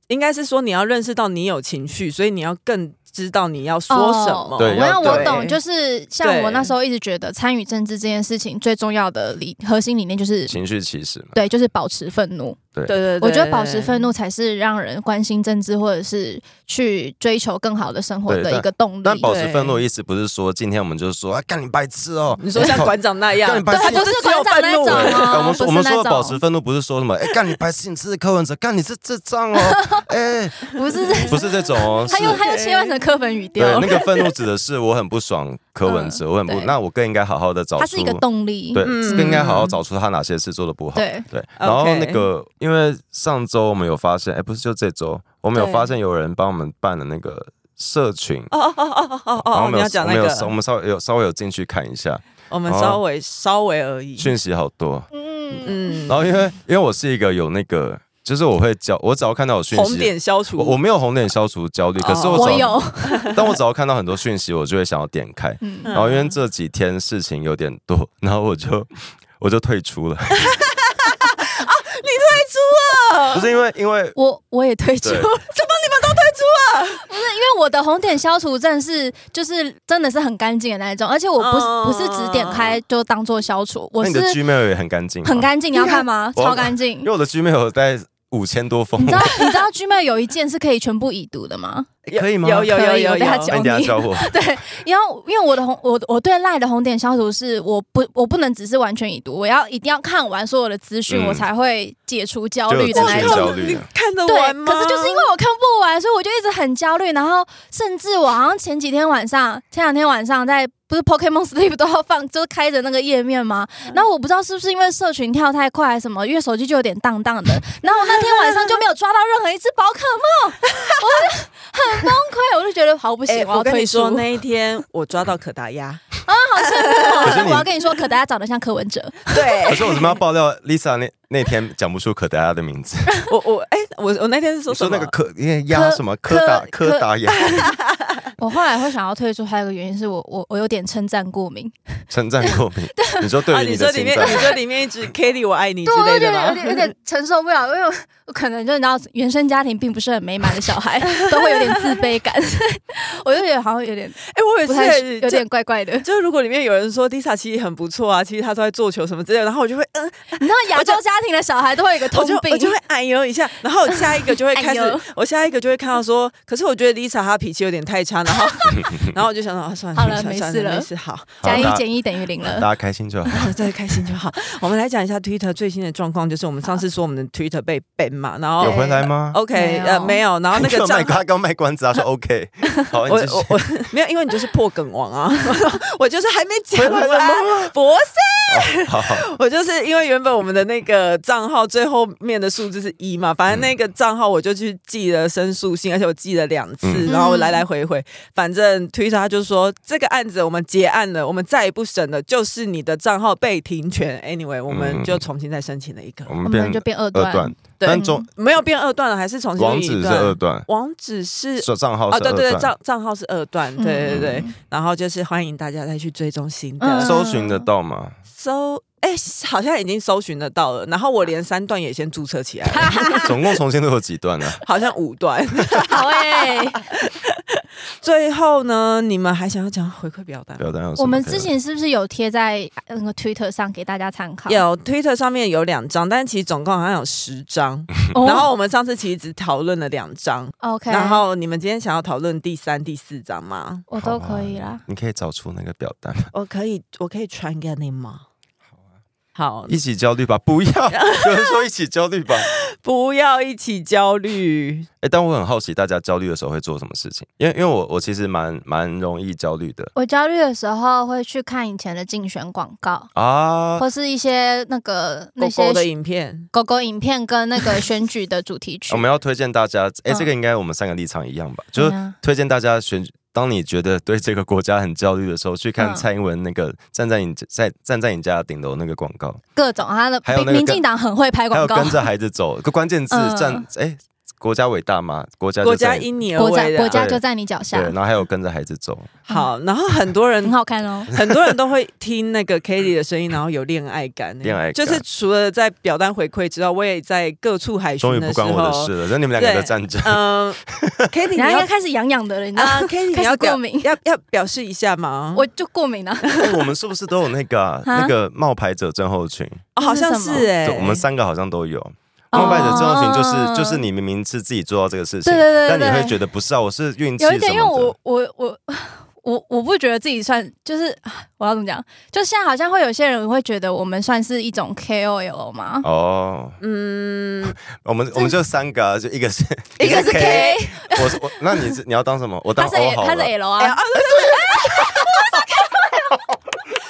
Speaker 3: 应该是说你要认识到你有情绪，所以你要更知道你要说什么。
Speaker 5: 哦
Speaker 4: 对
Speaker 5: 我要
Speaker 4: 要
Speaker 5: 我
Speaker 4: 对
Speaker 5: 懂，就是像我
Speaker 3: 对
Speaker 5: 那时候一直觉得参与政治这件事情最重要的理核心理念就是，
Speaker 4: 情绪歧视嘛。
Speaker 5: 对，就是保持愤怒。
Speaker 4: 对
Speaker 3: 对对对，
Speaker 5: 我觉得保持愤
Speaker 3: 怒。
Speaker 5: 怒才是让人关心政治或者是去追求更好的生活
Speaker 4: 对
Speaker 5: 的
Speaker 4: 但
Speaker 5: 一个动力。
Speaker 4: 但保持
Speaker 3: 对
Speaker 4: 愤怒的意思不是说今天我们就是说啊，干你白痴哦！
Speaker 3: 你说像馆长那样
Speaker 4: 干你，白
Speaker 5: 对，
Speaker 4: 痴
Speaker 3: 他
Speaker 5: 不
Speaker 3: 就是只有
Speaker 5: 馆
Speaker 3: 愤
Speaker 5: 长那
Speaker 3: 怒
Speaker 5: 种
Speaker 4: 对哎
Speaker 5: 哦，
Speaker 4: 我们说我们
Speaker 5: 不是那
Speaker 4: 说的
Speaker 5: 种
Speaker 4: 保持愤怒，不是说什么哎，干你白痴，你是柯文哲，干你是智 障哦，哎，
Speaker 5: 不是这，
Speaker 4: 不是这种哦，
Speaker 5: 他又
Speaker 4: 是
Speaker 5: 他又切换成课本语
Speaker 4: 对
Speaker 5: 调
Speaker 4: 那，个愤怒指的是我很不爽柯文哲，我很不
Speaker 5: 对，
Speaker 4: 那我更应该好好的找
Speaker 5: 它
Speaker 4: 出
Speaker 5: 是一个动力。
Speaker 4: 对，
Speaker 3: 嗯
Speaker 4: 更应该好好找出他哪些事做的不好。
Speaker 5: 对
Speaker 4: 对，然后
Speaker 3: OK
Speaker 4: 那个因为上周我们有发现，哎，不是就这周，我们有
Speaker 3: 对
Speaker 4: 发现有人帮我们办了那个社群。
Speaker 3: 哦哦哦哦哦
Speaker 4: 然后
Speaker 3: 哦
Speaker 4: 我！
Speaker 3: 你
Speaker 4: 们有
Speaker 3: 要讲
Speaker 4: 我
Speaker 3: 那
Speaker 4: 们有
Speaker 3: 个，
Speaker 4: 稍我们稍微有稍微有进去看一下，
Speaker 3: 我们
Speaker 4: 哦
Speaker 3: 稍微稍微而已。
Speaker 4: 讯息哦好多。
Speaker 5: 嗯，
Speaker 3: 嗯，
Speaker 4: 然后因为因为我是一个有那个，就是我会焦，我只要看到有讯
Speaker 3: 红
Speaker 4: 息，
Speaker 3: 点消除。
Speaker 4: 我我没有红点消除焦虑，可是啊
Speaker 3: 哦
Speaker 4: 我
Speaker 5: 我
Speaker 4: 只要，
Speaker 5: 有，
Speaker 4: 但我只要看到很多讯息，我就会想要点开。
Speaker 5: 嗯，
Speaker 3: 嗯
Speaker 4: 然后因为这几天事情有点多， 然后我就我就退出了，
Speaker 5: 哦
Speaker 4: 不是因为因为
Speaker 5: 我我也退出，
Speaker 4: 对
Speaker 5: 怎么你们都退出了？不是因为我的红点消除症是就是真的是很干净的那一种，而且我不是、
Speaker 3: 嗯
Speaker 5: 不是只点开就当做消除，我
Speaker 4: 那你的
Speaker 5: 是
Speaker 4: Gmail 也很干净吗，
Speaker 5: 很干净。你要看吗？
Speaker 4: 我
Speaker 5: 超干净
Speaker 4: 因为。我的 Gmail 有在五千多封
Speaker 5: 你知，道你知道 Gmail 有一件是可以全部已读的吗？
Speaker 3: 有
Speaker 4: 可以吗
Speaker 3: 有有有
Speaker 5: 可以
Speaker 3: 有
Speaker 5: 我等下
Speaker 4: 那
Speaker 5: 讲
Speaker 3: 有。
Speaker 4: 你等一下教我，
Speaker 5: 对，因为因为我的红我我对赖的红点消除是我不我不能只是完全已读，我要一定要看完所有的资讯，
Speaker 4: 嗯
Speaker 5: 我才会解除焦
Speaker 4: 就有
Speaker 5: 虑的
Speaker 4: 资
Speaker 5: 那一
Speaker 4: 讯
Speaker 5: 种。
Speaker 4: 焦虑
Speaker 3: 你看得
Speaker 5: 对
Speaker 3: 完，吗？
Speaker 5: 可是就是因为我看不完，所以我就一直很焦虑。然后甚至我好像前几天晚上、前两天晚上在不是 Pokemon Sleep 都要放，就是开着那个页面吗？然后我不知道是不是因为社群跳太快还是什么，因为手机就有点荡荡的。 然后我那天晚上就没有抓到任何一只宝可 梦，我就很崩溃，我就觉得好不行，
Speaker 3: 哎，
Speaker 5: 我要
Speaker 3: 我跟
Speaker 5: 退
Speaker 3: 你
Speaker 5: 出。
Speaker 3: 说， 那一天我抓到可达 鸭，
Speaker 4: 可是
Speaker 5: 我
Speaker 4: 你
Speaker 5: 要跟你说，可大家长得像柯文哲，
Speaker 3: 对
Speaker 4: 可是我怎么要爆料 Lisa 那那天讲不出可达鸭的名字？
Speaker 3: 我我哎，我我那天是说
Speaker 4: 你
Speaker 3: 什
Speaker 4: 说
Speaker 3: 么
Speaker 4: 那个？柯因为鸭什么柯达
Speaker 5: 柯
Speaker 4: 柯达鸭
Speaker 5: 我后来会想要退出，还有一个原因是我我我有点称赞过敏，
Speaker 4: 称赞过 敏，你说对于
Speaker 3: 啊你
Speaker 4: 你
Speaker 3: 说
Speaker 4: 的
Speaker 3: 里
Speaker 4: 称
Speaker 3: 面，你
Speaker 4: 赞，
Speaker 3: 说里面一 直 Kitty 我爱你之
Speaker 5: 对，啊我
Speaker 3: 类
Speaker 5: 就
Speaker 3: 的
Speaker 5: 觉得有
Speaker 3: 吗？
Speaker 5: 点有点承受不了，因为我我可能就你知道，原生家庭并不是很美满的小孩，都会有点自卑感，所以我就觉得好像有点
Speaker 3: 哎，我有一
Speaker 5: 不太
Speaker 3: 次
Speaker 5: 有点怪怪的。
Speaker 3: 就是如果里面有人说 Lisa 其实很不错啊，其实她都在做球什么之类的，然后我就会嗯，
Speaker 5: 你知道亚洲家庭的小孩都会有一个
Speaker 3: 我
Speaker 5: 通
Speaker 3: 就
Speaker 5: 病
Speaker 3: 我，就会哎呦一下，然后我下一个 就会开
Speaker 5: 哎呦
Speaker 3: 始，我下一个就会看到说，可是我觉得 Lisa 她脾气有点太差，然 后然后我就想说啊，算了，
Speaker 5: 好了
Speaker 3: 算
Speaker 5: 没
Speaker 3: 算
Speaker 5: 事了
Speaker 3: 没事，好，
Speaker 5: 加一
Speaker 4: 好大
Speaker 5: 减一等于零
Speaker 4: 大
Speaker 5: 了。
Speaker 4: 家开心 就好。
Speaker 3: 我再开心就好。我们来讲一下 Twitter 最新的状况，就是我们上次说我们的 Twitter 被 ban 嘛，然
Speaker 4: 有
Speaker 3: 后
Speaker 5: 对
Speaker 4: 回来吗？
Speaker 3: OK 呃没
Speaker 5: 没
Speaker 3: 有，然后那
Speaker 4: 你
Speaker 3: 个
Speaker 4: 干嘛
Speaker 3: 账
Speaker 4: 卖
Speaker 3: 号
Speaker 4: 他刚卖关子，他说 OK，好，
Speaker 3: 我
Speaker 4: 你继续
Speaker 3: 我。 我没有，因为你就是破梗王啊， 我就是还没讲
Speaker 4: 回来了
Speaker 3: 完，不是，
Speaker 4: 哦好好，
Speaker 3: 我就是因为原本我们的那个账号最后面的数字是一嘛，反正那个账号我就去寄了申诉信，而且我寄了两次，
Speaker 4: 嗯
Speaker 3: 然后我来来回回，反正 Twitter 他就说这个案子我们结案了，我们再也不审了，就是你的账号被停权，anyway，我们
Speaker 4: 嗯
Speaker 3: 就重新再申请了一个，
Speaker 4: 我
Speaker 5: 我
Speaker 4: 们
Speaker 5: 们
Speaker 4: 变
Speaker 5: 就变二
Speaker 4: 二
Speaker 5: 段
Speaker 4: 段，，
Speaker 3: 对
Speaker 4: 但中
Speaker 3: 没有变二段了，还是重新
Speaker 4: 网
Speaker 3: 一
Speaker 4: 址是
Speaker 3: 段
Speaker 4: 二段，
Speaker 3: 网址是
Speaker 4: 说账号
Speaker 3: 哦，
Speaker 4: 是
Speaker 3: 对对
Speaker 4: 二
Speaker 3: 对，
Speaker 4: 段，
Speaker 3: 账账号是二段，对对对，
Speaker 5: 嗯
Speaker 3: 然后就是欢迎大家再去追踪新
Speaker 5: 嗯
Speaker 3: 的
Speaker 4: 搜寻得 到吗？
Speaker 3: 搜，哎、好像已经搜寻得到了，然后我连三段也先注册起来了，
Speaker 4: 总共重新都有几段啊呢？
Speaker 3: 好像五段。
Speaker 5: 好哎。
Speaker 3: 最后呢，你们还想要讲回馈表单吗？
Speaker 4: 表单有什么可以？
Speaker 5: 我们之前是不是有贴在那个 Twitter 上给大家参考？
Speaker 3: 有 Twitter 上面有两张，但其实总共好像有十张。
Speaker 5: 哦
Speaker 3: 然后我们上次其实只讨论了两张，
Speaker 5: OK，
Speaker 3: 然后你们今天想要讨论第三、第四张 吗？
Speaker 5: 我都可以啦。
Speaker 4: 你可以找出那个表单，
Speaker 3: 我可以，我可以传给你吗？好啊，好
Speaker 4: 一，起焦虑吧，不 要有人说一起焦虑吧。
Speaker 3: 不要一起焦虑。
Speaker 4: 哎，但我很好奇，大家焦虑的时候会做什么事情？因为因为我我其实蛮蛮容易焦虑的
Speaker 5: 我焦虑的时候会去看以前的竞选广告，
Speaker 4: 啊。
Speaker 5: 或是一些那个那
Speaker 3: 狗
Speaker 5: 些
Speaker 3: 狗的影片，
Speaker 5: 狗狗影片跟那个选举的主题曲。
Speaker 4: 我们要推荐大家，哎，这个
Speaker 5: 嗯
Speaker 4: 应该我们三个立场一样吧？就
Speaker 5: 对
Speaker 4: 是
Speaker 5: 啊
Speaker 4: 推荐大家选。当你觉得对这个国家很焦虑的时候，去看
Speaker 5: 嗯
Speaker 4: 蔡英文那个站在你在站在你家顶楼那个广告，
Speaker 5: 各种他的
Speaker 4: 还有那个
Speaker 5: 民
Speaker 4: 跟
Speaker 5: 进党很会拍
Speaker 4: 还
Speaker 5: 广
Speaker 4: 有
Speaker 5: 告，
Speaker 4: 跟着孩子走，个关键字
Speaker 5: 嗯
Speaker 4: 站哎。国家伟大吗？国家就
Speaker 3: 国家
Speaker 4: 在
Speaker 3: 因你而
Speaker 5: 国
Speaker 3: 为
Speaker 5: 家
Speaker 3: 的。啊
Speaker 5: 国家
Speaker 4: 啊对
Speaker 5: 就在你脚下
Speaker 4: 对，，然后还有跟着孩子走，
Speaker 3: 好，然后很多人
Speaker 5: 很好看哦。
Speaker 3: 很多人都会听那个 k a t i e 的声音，然后有恋爱感。欸
Speaker 4: 恋爱感
Speaker 3: 就是除了在表单回馈之外，我也在各处海
Speaker 4: 终于
Speaker 3: 巡
Speaker 4: 不
Speaker 3: 时
Speaker 4: 关我的
Speaker 3: 候
Speaker 4: 事，了，那你们两个
Speaker 3: 对
Speaker 4: 的战 争。
Speaker 3: 嗯 k a t i e 你
Speaker 5: 然后应该
Speaker 3: 要
Speaker 5: 开始痒痒的了，你知道吗？
Speaker 3: 啊 k a t i e 你
Speaker 5: 开始
Speaker 3: 要表
Speaker 5: 过敏
Speaker 3: 要要表示一下吗？
Speaker 5: 我就过敏啊了，
Speaker 4: 哎我们是不是都有那个啊
Speaker 5: 啊
Speaker 4: 那个冒牌者症候群？
Speaker 3: 哦好像是哎，
Speaker 4: 对我们三个好像都有。冒牌者症候群就是就是你明明是自己做到这个事情，
Speaker 5: 哦对对对对
Speaker 4: 但你
Speaker 5: 对
Speaker 4: 会觉得不是啊，我是运气
Speaker 5: 有
Speaker 4: 什么的。
Speaker 5: 一点，因为我我我我 我不觉得自己算，就是 啊我要怎么讲？就现在好像会有些人会觉得我们算是一种 KOL 嘛，
Speaker 4: 哦，
Speaker 3: 嗯，
Speaker 4: 我们我们就三个啊，就一个是
Speaker 5: 一个是 K，
Speaker 4: 我是我那你是你要当什么？我当
Speaker 5: 他是
Speaker 4: O
Speaker 5: A，
Speaker 4: 好
Speaker 5: 他
Speaker 4: 了
Speaker 5: 是。L 啊，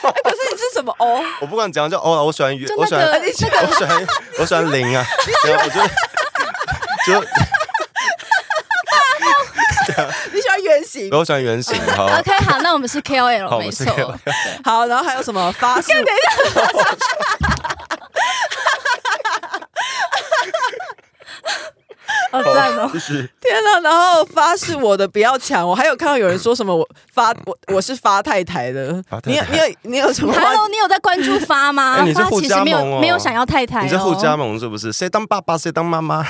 Speaker 3: 可是你是什么哦？
Speaker 4: 我不管怎样就 O 啊了，我喜欢圆
Speaker 5: 就，那
Speaker 4: 我喜欢
Speaker 5: 个
Speaker 4: 我喜欢我喜欢 零啊，对啊，我觉得 就
Speaker 3: 你喜欢圆形？
Speaker 4: 我喜欢 圆形，好，
Speaker 3: 哦
Speaker 5: OK，好，那我们是
Speaker 4: 好
Speaker 5: KOL，
Speaker 4: 我
Speaker 5: 没
Speaker 4: 们是
Speaker 5: 错。
Speaker 4: KOL
Speaker 3: 好，然后还有什么发 数？
Speaker 5: 好赞 哦！
Speaker 4: 就是
Speaker 3: 天呐，然后发誓我的不要抢，我还有看到有人说什么我发我我是发太太的
Speaker 4: 发，太
Speaker 3: 你有
Speaker 4: 太
Speaker 3: 你有你有什么话？
Speaker 5: Hello，你有在关注发吗？
Speaker 4: 哎你是
Speaker 5: 发
Speaker 4: 互
Speaker 5: 其实
Speaker 4: 加
Speaker 5: 没
Speaker 4: 盟哦
Speaker 5: 有没有想要太太哦，
Speaker 4: 你是互加盟是不是？谁当爸爸谁当妈妈？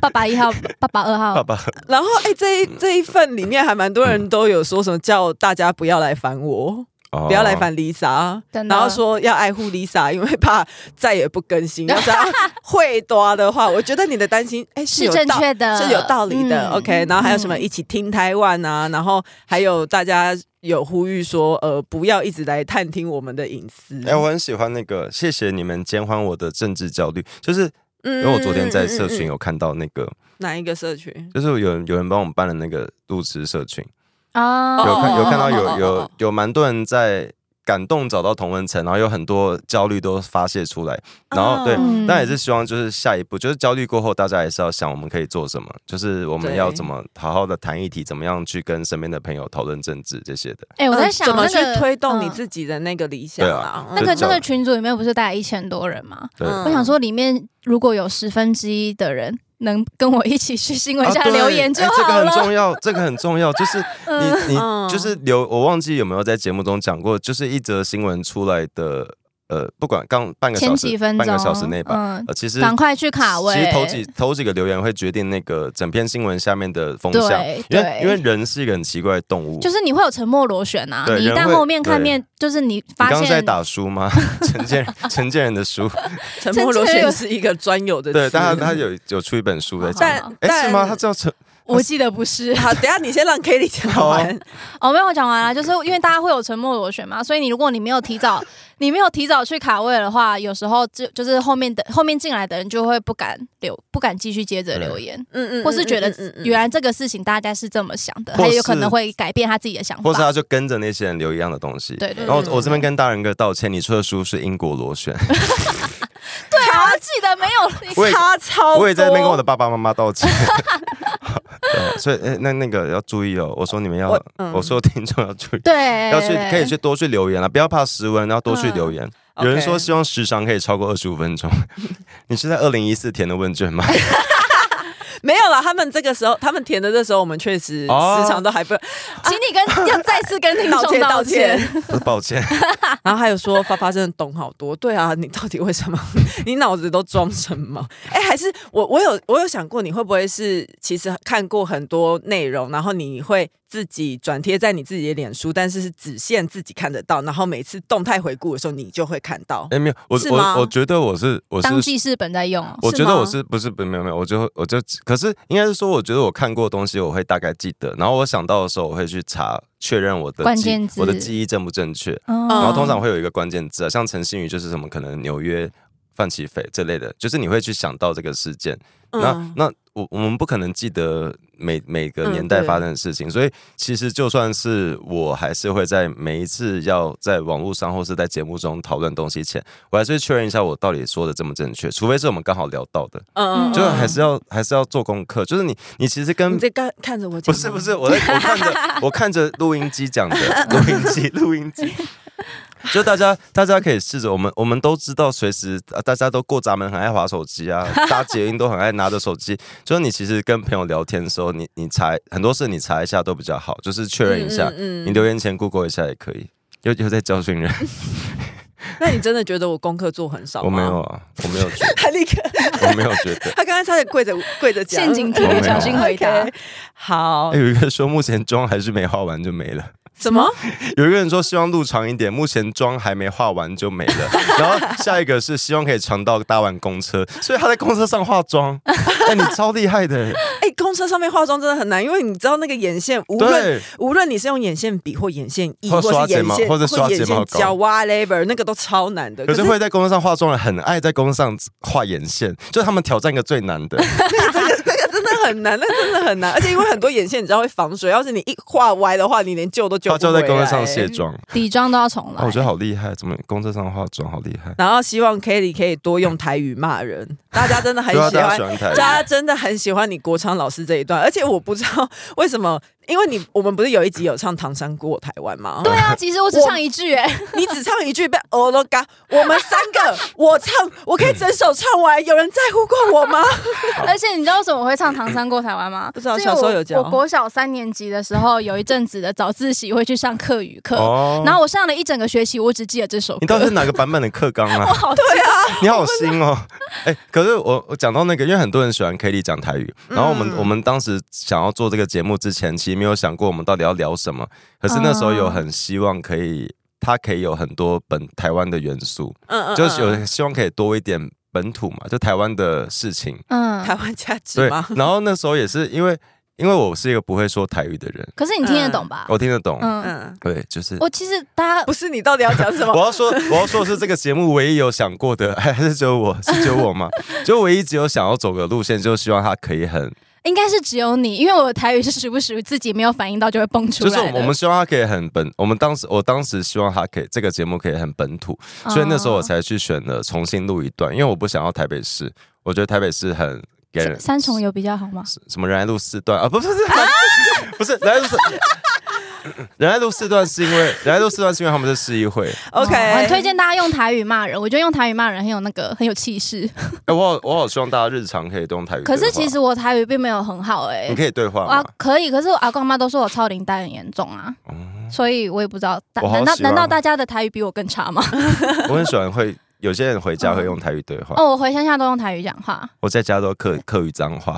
Speaker 5: 爸爸一号，爸爸二
Speaker 4: 爸
Speaker 5: 号，
Speaker 4: 爸
Speaker 3: 然后哎、这一这一份里面还蛮多人都有说什么叫大家不要来烦我，
Speaker 4: 不
Speaker 3: 不要来烦 Lisa，
Speaker 5: 真的
Speaker 3: 然后说要爱护 Lisa，因为怕再也不更新。要只要会多的话，我觉得你的担心哎、是
Speaker 5: 是
Speaker 3: 有
Speaker 5: 正
Speaker 3: 道
Speaker 5: 确的，
Speaker 3: 是有道理的。
Speaker 5: 嗯
Speaker 3: OK，然后还有什么
Speaker 5: 嗯
Speaker 3: 一起听台湾啊，然后还有大家有呼吁说呃不要一直来探听我们的隐私。
Speaker 4: 哎、我很喜欢那个，谢谢你们减缓我的政治焦虑。就是
Speaker 3: 嗯
Speaker 4: 因为我昨天在社
Speaker 3: 嗯嗯嗯
Speaker 4: 群有看到那个，
Speaker 3: 哪一个社群？
Speaker 4: 就是有人有人帮我们办了那个路痴社群，
Speaker 5: 啊，
Speaker 4: 有看有看到
Speaker 3: 哦哦哦哦
Speaker 4: 有
Speaker 3: 哦哦
Speaker 4: 有有蛮多人在感动找到同文层，然后有很多焦虑都发泄出来，然
Speaker 3: 哦
Speaker 4: 后对。
Speaker 5: 嗯
Speaker 4: 但也是希望，就是下一步，就是焦虑过后，大家还是要想我们可以做什么，就是我们
Speaker 3: 对
Speaker 4: 要怎么好好的谈议题，怎么样去跟身边的朋友讨论政治这些的。
Speaker 5: 哎，我在
Speaker 3: 嗯
Speaker 5: 想
Speaker 3: 怎么去
Speaker 5: 那个
Speaker 3: 推动你
Speaker 5: 嗯
Speaker 3: 自己的那个理想
Speaker 4: 对
Speaker 3: 啊
Speaker 4: 啊？
Speaker 3: 嗯
Speaker 5: 那
Speaker 4: 就
Speaker 5: 个那
Speaker 4: 这
Speaker 5: 个
Speaker 4: 样
Speaker 5: 群组里面不是大概一千多人吗？
Speaker 4: 对，
Speaker 3: 嗯
Speaker 5: 我想说，里面如果有十分之一的人能跟我一起去新 闻
Speaker 4: 啊
Speaker 5: 下
Speaker 4: 对
Speaker 5: 留言就
Speaker 4: 哎这个
Speaker 5: 好
Speaker 4: 很
Speaker 5: 了。
Speaker 4: 重要，这个很重要， 就是你你
Speaker 3: 嗯
Speaker 4: 就是留，我忘记有没有在节目中讲过，就是一则新闻出来的，呃，不管刚半个
Speaker 5: 前
Speaker 4: 小
Speaker 5: 几
Speaker 4: 时、
Speaker 5: 分
Speaker 4: 半
Speaker 5: 钟，
Speaker 4: 个小时内吧，
Speaker 5: 嗯，
Speaker 4: 呃，其实
Speaker 5: 赶快去卡位。
Speaker 4: 其实头几头几个留言会决定那个整篇新闻下面的风向，
Speaker 5: 对
Speaker 4: 因为
Speaker 5: 对，
Speaker 4: 因为人是一个很奇怪的动物，
Speaker 5: 就是你会有沉默螺旋啊，
Speaker 4: 对
Speaker 5: 你一
Speaker 4: 人
Speaker 5: 旦
Speaker 4: 会
Speaker 5: 后面看
Speaker 4: 对
Speaker 5: 面，就是你
Speaker 4: 你
Speaker 5: 发
Speaker 4: 刚刚在
Speaker 5: 现
Speaker 4: 打书吗？ 陈建陈建仁的书，
Speaker 3: 沉默螺旋是一个专有的词。
Speaker 4: 对，但他他有有出一本书在讲，
Speaker 3: 但
Speaker 5: 好
Speaker 4: 哎，
Speaker 3: 但
Speaker 4: 是吗？他叫陈
Speaker 5: 我记得不是
Speaker 3: 好，等一下你先让 k a t i e 讲完。
Speaker 5: 哦，没有我讲完了，就是因为大家会有沉默螺旋嘛，所以你如果你没有 提早，你没有提早去卡位的话，有时候就就是后面的后面进来的人就会不敢留，不敢继续接着留言，
Speaker 3: 嗯嗯，
Speaker 5: 或是觉得原
Speaker 3: 来
Speaker 5: 来这个事情大家是这么想的，
Speaker 4: 或
Speaker 5: 还
Speaker 4: 是
Speaker 5: 有可能会改变他自己的想
Speaker 4: 或是啊
Speaker 5: 法。
Speaker 4: 他就跟着那些人留一样的东西。
Speaker 5: 对对
Speaker 4: 然后
Speaker 3: 对
Speaker 4: 我我这边跟大人哥道歉，你出的书是英国螺旋，
Speaker 5: 对啊，记得没有？
Speaker 4: 我也
Speaker 3: 他超多
Speaker 4: 我也在那边跟我的爸爸妈妈道歉。 对，所以、诶那那个要注意哦，我说你们要，
Speaker 3: 我
Speaker 4: 我,、
Speaker 3: 嗯
Speaker 4: 说听众要注意，
Speaker 5: 对，
Speaker 4: 要去可以去多去留言了，不要怕实文，然后多去
Speaker 5: 嗯
Speaker 4: 留言。有人说希望时长可以超过二十五分钟， 你是在二零一四填的问卷吗？
Speaker 3: 没有了，他们这个时候，他们填的这时候，我们确实时
Speaker 4: 哦
Speaker 3: 常都还不
Speaker 5: 请你跟 要再次跟听
Speaker 3: 道
Speaker 5: 众
Speaker 3: 歉
Speaker 5: 道
Speaker 3: 道歉
Speaker 5: 歉。。
Speaker 4: 抱歉，
Speaker 3: 然后还有说发发真的懂好多，对啊，你到底为什么？ 你脑子都装什么？哎，还是我我有我有想过，你会不会是其实看过很多内容，然后你会自己转贴在你自己的脸书，但是是只限自己看得到，然后每次动态回顾的时候，你就会看到
Speaker 4: 哎、。没有，我
Speaker 3: 是吗
Speaker 4: 我我觉得我是我
Speaker 5: 当
Speaker 4: 是。
Speaker 5: 记事本在用哦，
Speaker 4: 我觉
Speaker 5: 吗
Speaker 4: 得我是不是不没有没有，我就我就可是应该是说，我觉得我看过的东西，我会大概记得，然后我想到的时候，我会去查确认我的
Speaker 5: 关
Speaker 4: 记
Speaker 5: 键字
Speaker 4: 我的记忆正不正确，
Speaker 5: 嗯
Speaker 4: 然后通常会有一个关键字啊，像陈信宇就是什么可能纽约范奇斐这类的，就是你会去想到这个事件。那
Speaker 3: 嗯
Speaker 4: 那我我们不可能记得每每个
Speaker 3: 嗯
Speaker 4: 年代
Speaker 3: 对
Speaker 4: 发生的事情，所以其实就算是我还是会在每一次要在网络上或是在节目中讨论东西前，我还是会确认一下我到底说的正不正确，除非是我们刚好聊到的，
Speaker 3: 嗯
Speaker 4: 就还是要还是要做功课，就是你你其实跟
Speaker 3: 你。在看看着我讲吗，
Speaker 4: 不 是不是，我在我看着我看着录音机讲的，录音机录音机，就大家大家可以试着，我们我们都知道，随时啊大家都过闸门很爱划手机 啊，搭捷运都很爱拿着手机。就是你其实跟朋友聊天的时候，你你查很多事你查一下都比较好，就是确认一下，
Speaker 3: 嗯
Speaker 4: 你留言前 Google 一下也可以。又又在教训人，
Speaker 3: 那你真的觉得我功课做很少吗？
Speaker 4: 我没有，啊，我没有觉得，
Speaker 3: 他立刻，
Speaker 4: 我没有觉 得。
Speaker 3: 他刚才差点跪着跪着讲
Speaker 5: 陷阱题
Speaker 4: 我没有，
Speaker 5: 小心 回答
Speaker 3: OK，。好
Speaker 4: 哎，有一个说目前妆还是没画完就没了。
Speaker 3: 什么？
Speaker 4: 有一个人说希望录长一点，目前妆还没化完就没了。 然后下一个是希望可以长到搭完公车，所以他在公车上化 妆。哎、你超厉害的，
Speaker 3: 哎，公车上面化妆真的很难，因为你知道那个眼线，无论
Speaker 4: 对，
Speaker 3: 无论你是用眼线笔或眼线液，
Speaker 4: 或
Speaker 3: 或
Speaker 4: 者刷
Speaker 3: 是
Speaker 4: 睫
Speaker 3: 眼
Speaker 4: 毛
Speaker 3: 线
Speaker 4: 或者刷
Speaker 3: 眼
Speaker 4: 睫毛
Speaker 3: 线
Speaker 4: 膏
Speaker 3: 胶 whatever，那个都超难的。
Speaker 4: 可是会在公车上化妆的很爱在公车上画眼线，就是他们挑战一个最难 的。
Speaker 3: 真的很难，那 真的很难，而且因为很多眼线你知道会防水，要是你一画歪的话，你连救都救
Speaker 4: 他
Speaker 3: 不哎
Speaker 4: 就在公车上
Speaker 3: 写。
Speaker 4: 卸妆，啊，
Speaker 5: 底妆都要重来。
Speaker 4: 我觉得好厉害，怎么公车上化妆好厉害？
Speaker 3: 然后希望 Kelly 可以多用台语骂人，大家真的 很
Speaker 4: 对啊，
Speaker 3: 喜
Speaker 4: 大家
Speaker 3: 欢
Speaker 4: 喜。欢台语
Speaker 3: 大家真的很喜欢你国昌老师这一段，而且我不知道为什么，因为你我们不是有一集有唱《唐山过台湾》吗？
Speaker 5: 对啊，其实我只
Speaker 3: 我
Speaker 5: 唱一句哎、
Speaker 3: 你只唱一句被欧罗嘎，我们三 个我唱，我可以整首唱完，有人在乎过我吗？
Speaker 5: 而且你知道为什么我会唱《唐山过台湾》吗？
Speaker 3: 不知道
Speaker 5: 是因为
Speaker 3: 小时候
Speaker 5: 我
Speaker 3: 有教
Speaker 5: 我国小三年级的时候，有一阵子的早自习会去上课语课，
Speaker 4: 哦
Speaker 5: 然后我上了一整个学期，我只记得这首歌。
Speaker 4: 你到底是哪个版本的课纲啊？
Speaker 5: 我好对啊，
Speaker 4: 你好新哦，哎、可是我我讲到那个，因为很多人喜欢 k a t i e 讲台语，
Speaker 5: 嗯
Speaker 4: 然后我们、我们当时想要做这个节目之前，其实没有想过我们到底要聊什么，可是那时候有很希望可以，它可以有很多本台湾的元素，
Speaker 3: 嗯嗯
Speaker 4: 就是
Speaker 3: 嗯
Speaker 4: 有希望可以多一点本土嘛，就台湾的事情，
Speaker 5: 嗯
Speaker 3: 台。湾价值
Speaker 4: 对
Speaker 3: 吗？。
Speaker 4: 然后那时候也是因为因为我是一个不会说台语的人，
Speaker 5: 可是你听得懂吧？
Speaker 4: 我听得懂，
Speaker 5: 嗯，
Speaker 3: 嗯，
Speaker 4: 对，就是。
Speaker 5: 我其实大家
Speaker 3: 不是你到底要讲什么
Speaker 4: 我？要说，我要说的是这个节目唯一有想过的， 还是只有我是只有我吗？ 就唯一只有想要走个路线，就希望它可以很
Speaker 5: 应该是只有你，因为我的台语是时不时自己没有反应到就会蹦出
Speaker 4: 就
Speaker 5: 来
Speaker 4: 是
Speaker 5: 的。
Speaker 4: 我们我们希望它可以很本，我们当时我当时希望它可以这个节目可以很本土，
Speaker 5: 哦
Speaker 4: 所以那时候我才去选了重新录一段，因为我不想要台北市，我觉得台北市很给人
Speaker 5: 三三重有比较好吗？
Speaker 4: 什么仁爱路四段啊， 不是不是、不是仁爱路四。 仁爱路四段是因为仁爱路四段是因为他们是市议会，
Speaker 3: OK，、
Speaker 5: 哦很推荐大家用台语骂人，我觉得用台语骂人很有那个很有气势。
Speaker 4: 哎，我好我好希望大家日常可以都用台语对
Speaker 5: 可
Speaker 4: 话。
Speaker 5: 是其实我台语并没有很好哎、
Speaker 4: 你可以对话
Speaker 5: 啊
Speaker 4: 吗？，
Speaker 5: 可以，可是我阿公阿妈都说我超龄带很严重啊，所以我也不知道，大
Speaker 4: 哦我好
Speaker 5: 难道
Speaker 4: 喜欢啊
Speaker 5: 难道大家的台语比我更差 吗？
Speaker 4: 我很喜欢会有些人回家会用台语对话，
Speaker 5: 哦，我回乡下都用台语讲 话，
Speaker 4: 我在家都客客语脏 话。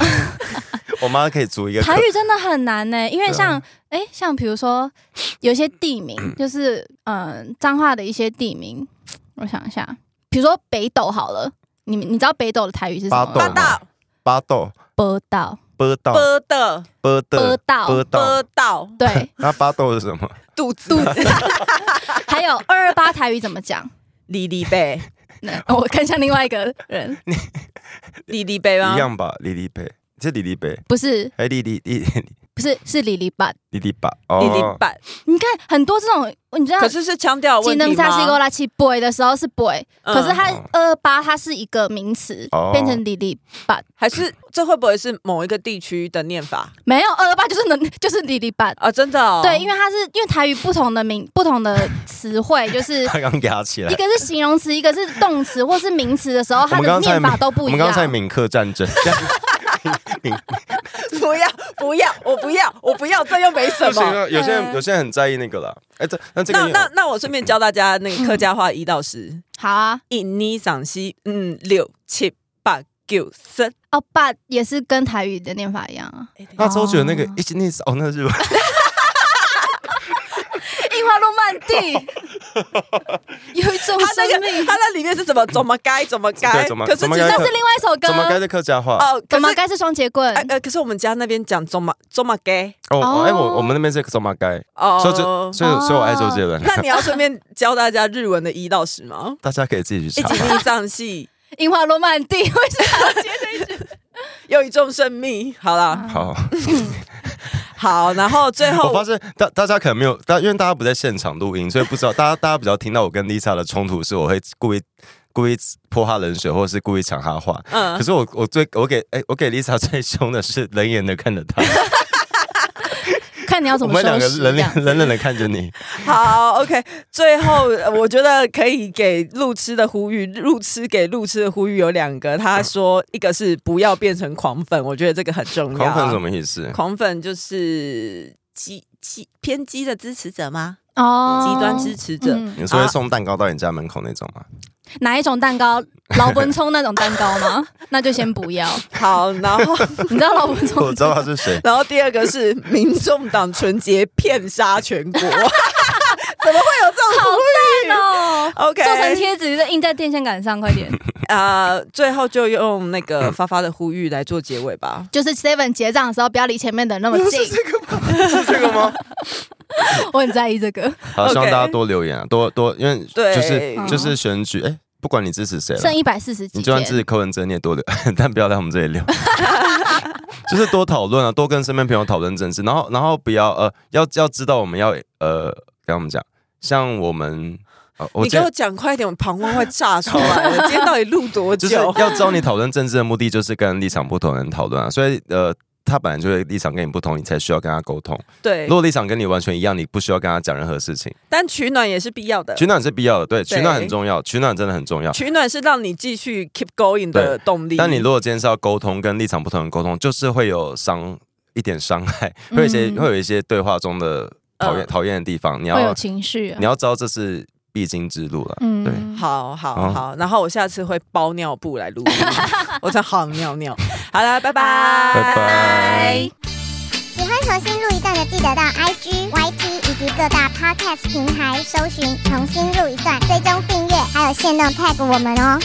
Speaker 4: 我妈可以组一个客
Speaker 5: 台语真的很难呢、因为
Speaker 4: 对啊
Speaker 5: 像哎、像比如说有一些 地名，就是嗯彰化的一些地名，我想一下，比如说北斗好了，你们你知道北斗的台语是什么
Speaker 3: 八
Speaker 4: 八斗？
Speaker 5: 吗
Speaker 3: 道
Speaker 4: 巴豆
Speaker 5: 北斗，
Speaker 4: 波道
Speaker 3: 波的
Speaker 4: 波
Speaker 5: 北
Speaker 4: 豆波
Speaker 5: 斗，
Speaker 3: 波
Speaker 4: 道，
Speaker 3: 道
Speaker 5: 对，
Speaker 4: 那巴豆是什么？
Speaker 3: 肚子肚子
Speaker 5: 还有二二八台语怎么讲？
Speaker 3: 李李贝
Speaker 5: 那我看向另外一个人，
Speaker 3: 李李贝
Speaker 5: 啊
Speaker 3: 吗
Speaker 4: 一？样吧，李李贝，是李李贝，
Speaker 5: 不是
Speaker 4: 哎，李 李李
Speaker 5: 不是是李李吧？
Speaker 4: 李李吧，哦
Speaker 3: 李李版，
Speaker 5: 你看很多这种，你知道
Speaker 3: 可。是是腔调的问
Speaker 5: 技
Speaker 3: 题
Speaker 5: 能
Speaker 3: 吗
Speaker 5: 差西勾拉七 boy 的时候是 boy，、
Speaker 3: 嗯
Speaker 5: 可是它二八它是一个名词，
Speaker 4: 哦
Speaker 5: 变成李李吧，
Speaker 3: 还是这会不会是某一个地区的念法
Speaker 5: 没有二八就是能 就是李李吧。
Speaker 3: 啊？真的、哦？
Speaker 5: 对，因为它是因为台语不同的名不同的 词汇，就是
Speaker 4: 他刚压起来
Speaker 5: 一。个是形容词，一个是动词或是名词的时候，
Speaker 4: 我
Speaker 5: 它
Speaker 4: 们
Speaker 5: 的
Speaker 4: 刚才
Speaker 5: 念法都不
Speaker 4: 我
Speaker 5: 一
Speaker 4: 们刚才
Speaker 5: 样。
Speaker 4: 闽客战 争，
Speaker 3: 不要不要，我不要我不要，这又没什
Speaker 4: 不行
Speaker 3: 么。
Speaker 4: 啊！有些人有些人很在意那个啦。哎，这那这
Speaker 3: 那
Speaker 4: 个
Speaker 3: 那那我顺便教大家那个客家话一到十，
Speaker 5: 好啊，
Speaker 3: 一二三四五六七八九十。
Speaker 5: 哦，八也是跟台语的念法一 样啊。
Speaker 4: 那周杰伦那个一起那哦，那是
Speaker 5: 樱花路漫 地，有一种
Speaker 3: 他那
Speaker 5: 生
Speaker 3: 个
Speaker 5: 命。
Speaker 3: 他那里面是怎么怎么该怎么该？
Speaker 4: 对怎么
Speaker 3: 可是
Speaker 4: 怎么
Speaker 3: 其实
Speaker 4: 该
Speaker 5: 那是另外一首歌，
Speaker 4: 怎么该是客家话？
Speaker 3: 哦，可
Speaker 5: 怎么
Speaker 3: 是
Speaker 5: 该是双节棍
Speaker 3: 哎？呃，可是我们家那边讲怎么怎么该
Speaker 4: 哦，哎，我我们那边是怎么该？所以
Speaker 3: 哦
Speaker 4: 就。所以所以我爱周杰伦。
Speaker 3: 那你要顺便教大家日文的一到十吗？
Speaker 4: 大家可以自己去
Speaker 3: 一
Speaker 4: 查
Speaker 3: 起。逆上戏，
Speaker 5: 樱花落满地， 为什么要接这一句？
Speaker 3: 又一众生命。好啦，
Speaker 4: 好，
Speaker 3: 好，然后最
Speaker 4: 我发
Speaker 3: 后
Speaker 4: 现大大家可能没有，大因为大家不在现场录音，所以不知道。大家大家比较听到我跟 Lisa 的冲突是，我会故意故意泼她冷水，或者是故意抢她话。
Speaker 3: 嗯
Speaker 4: 可是我 我最我给哎、我给 Lisa 最凶的是冷眼的看着她，
Speaker 5: 看你要怎
Speaker 4: 我
Speaker 5: 么
Speaker 4: 们两
Speaker 5: 收
Speaker 4: 个
Speaker 3: 啊
Speaker 5: 拾。这
Speaker 4: 冷
Speaker 5: 样
Speaker 4: 冷冷冷的看着你，
Speaker 3: 好，OK。最后，呃我觉得可以给路痴的呼吁，路痴给路痴的呼吁有两个。他说，一个是不要变成狂粉，我觉得这个很 重要。啊
Speaker 4: 狂粉什？么意思？
Speaker 3: 狂粉就是激激偏激的支持者吗？
Speaker 5: 哦，
Speaker 3: 极端支持者。
Speaker 5: 嗯
Speaker 4: 你是会
Speaker 3: 啊
Speaker 4: 送蛋糕到你家门口那种 吗？
Speaker 5: 哪一种蛋糕？老文聪那种蛋糕 吗？那就先不要。
Speaker 3: 好，然后 ，
Speaker 5: 你知道老文聪
Speaker 4: 我知道他是谁
Speaker 3: 然后第二个是民众党纯洁骗杀全 国，怎么会有这种呼吁
Speaker 5: 哦，
Speaker 3: ？OK，
Speaker 5: 做成贴纸就印在电线杆 上，快点。
Speaker 3: 呃，最后就用那个发发的呼吁来做结尾吧。
Speaker 5: 就是 Seven 结账的时候，不要离前面的人那么近。
Speaker 4: 是这个吗？
Speaker 5: 我很在意这个，
Speaker 4: 好，希 望
Speaker 3: OK
Speaker 4: 大家多留言啊，多多，因为
Speaker 3: 对
Speaker 4: 就是
Speaker 5: 嗯
Speaker 4: 就是选举，哎，不管你支持谁了，
Speaker 5: 剩一百四十几
Speaker 4: 你就算支
Speaker 5: 天。
Speaker 4: 持柯文哲，你也多留， 但不要来我们这里留。 就是多讨论啊，多跟身边朋友讨论政治，然后然后不要呃，要要知道我们要呃，跟我们讲，像我们，呃、我
Speaker 3: 你
Speaker 4: 今
Speaker 3: 给
Speaker 4: 天
Speaker 3: 我讲快点，我膀胱快炸出 来了！今天到底录多
Speaker 4: 就是
Speaker 3: 久？
Speaker 4: 要找你讨论政治的目的，就是跟立场不同的人讨论啊。所以呃，他本来就会立场跟你不同，你才需要跟他沟通。
Speaker 3: 对
Speaker 4: 如，果立场跟你完全一样，你不需要跟他讲任何事情。
Speaker 3: 但取暖也是必要的
Speaker 4: 取。暖是必要的，对，
Speaker 3: 对
Speaker 4: 取暖很重要，取暖真的很重要。
Speaker 3: 取暖是让你继续 keep going 的动力。
Speaker 4: 但你如果今天是要沟通，跟立场不同的沟通，就是会有伤一点伤害，
Speaker 5: 嗯
Speaker 4: 会有一些、会有一些对话中的讨厌、
Speaker 3: 嗯
Speaker 4: 讨厌的地方。你
Speaker 5: 会有
Speaker 4: 要
Speaker 5: 情绪、啊嗯
Speaker 4: 你。要知道这是必经之路了。对，
Speaker 3: 好好
Speaker 4: 好
Speaker 3: 好，然后我下次会包尿布来 录，我真好尿尿。好了，拜拜，
Speaker 4: 拜拜。
Speaker 6: 喜欢重新录一段的，记得到 IG、YT 以及各大 Podcast 平台搜寻“重新录一段”，追踪订阅，还有限定 tag 我们哦。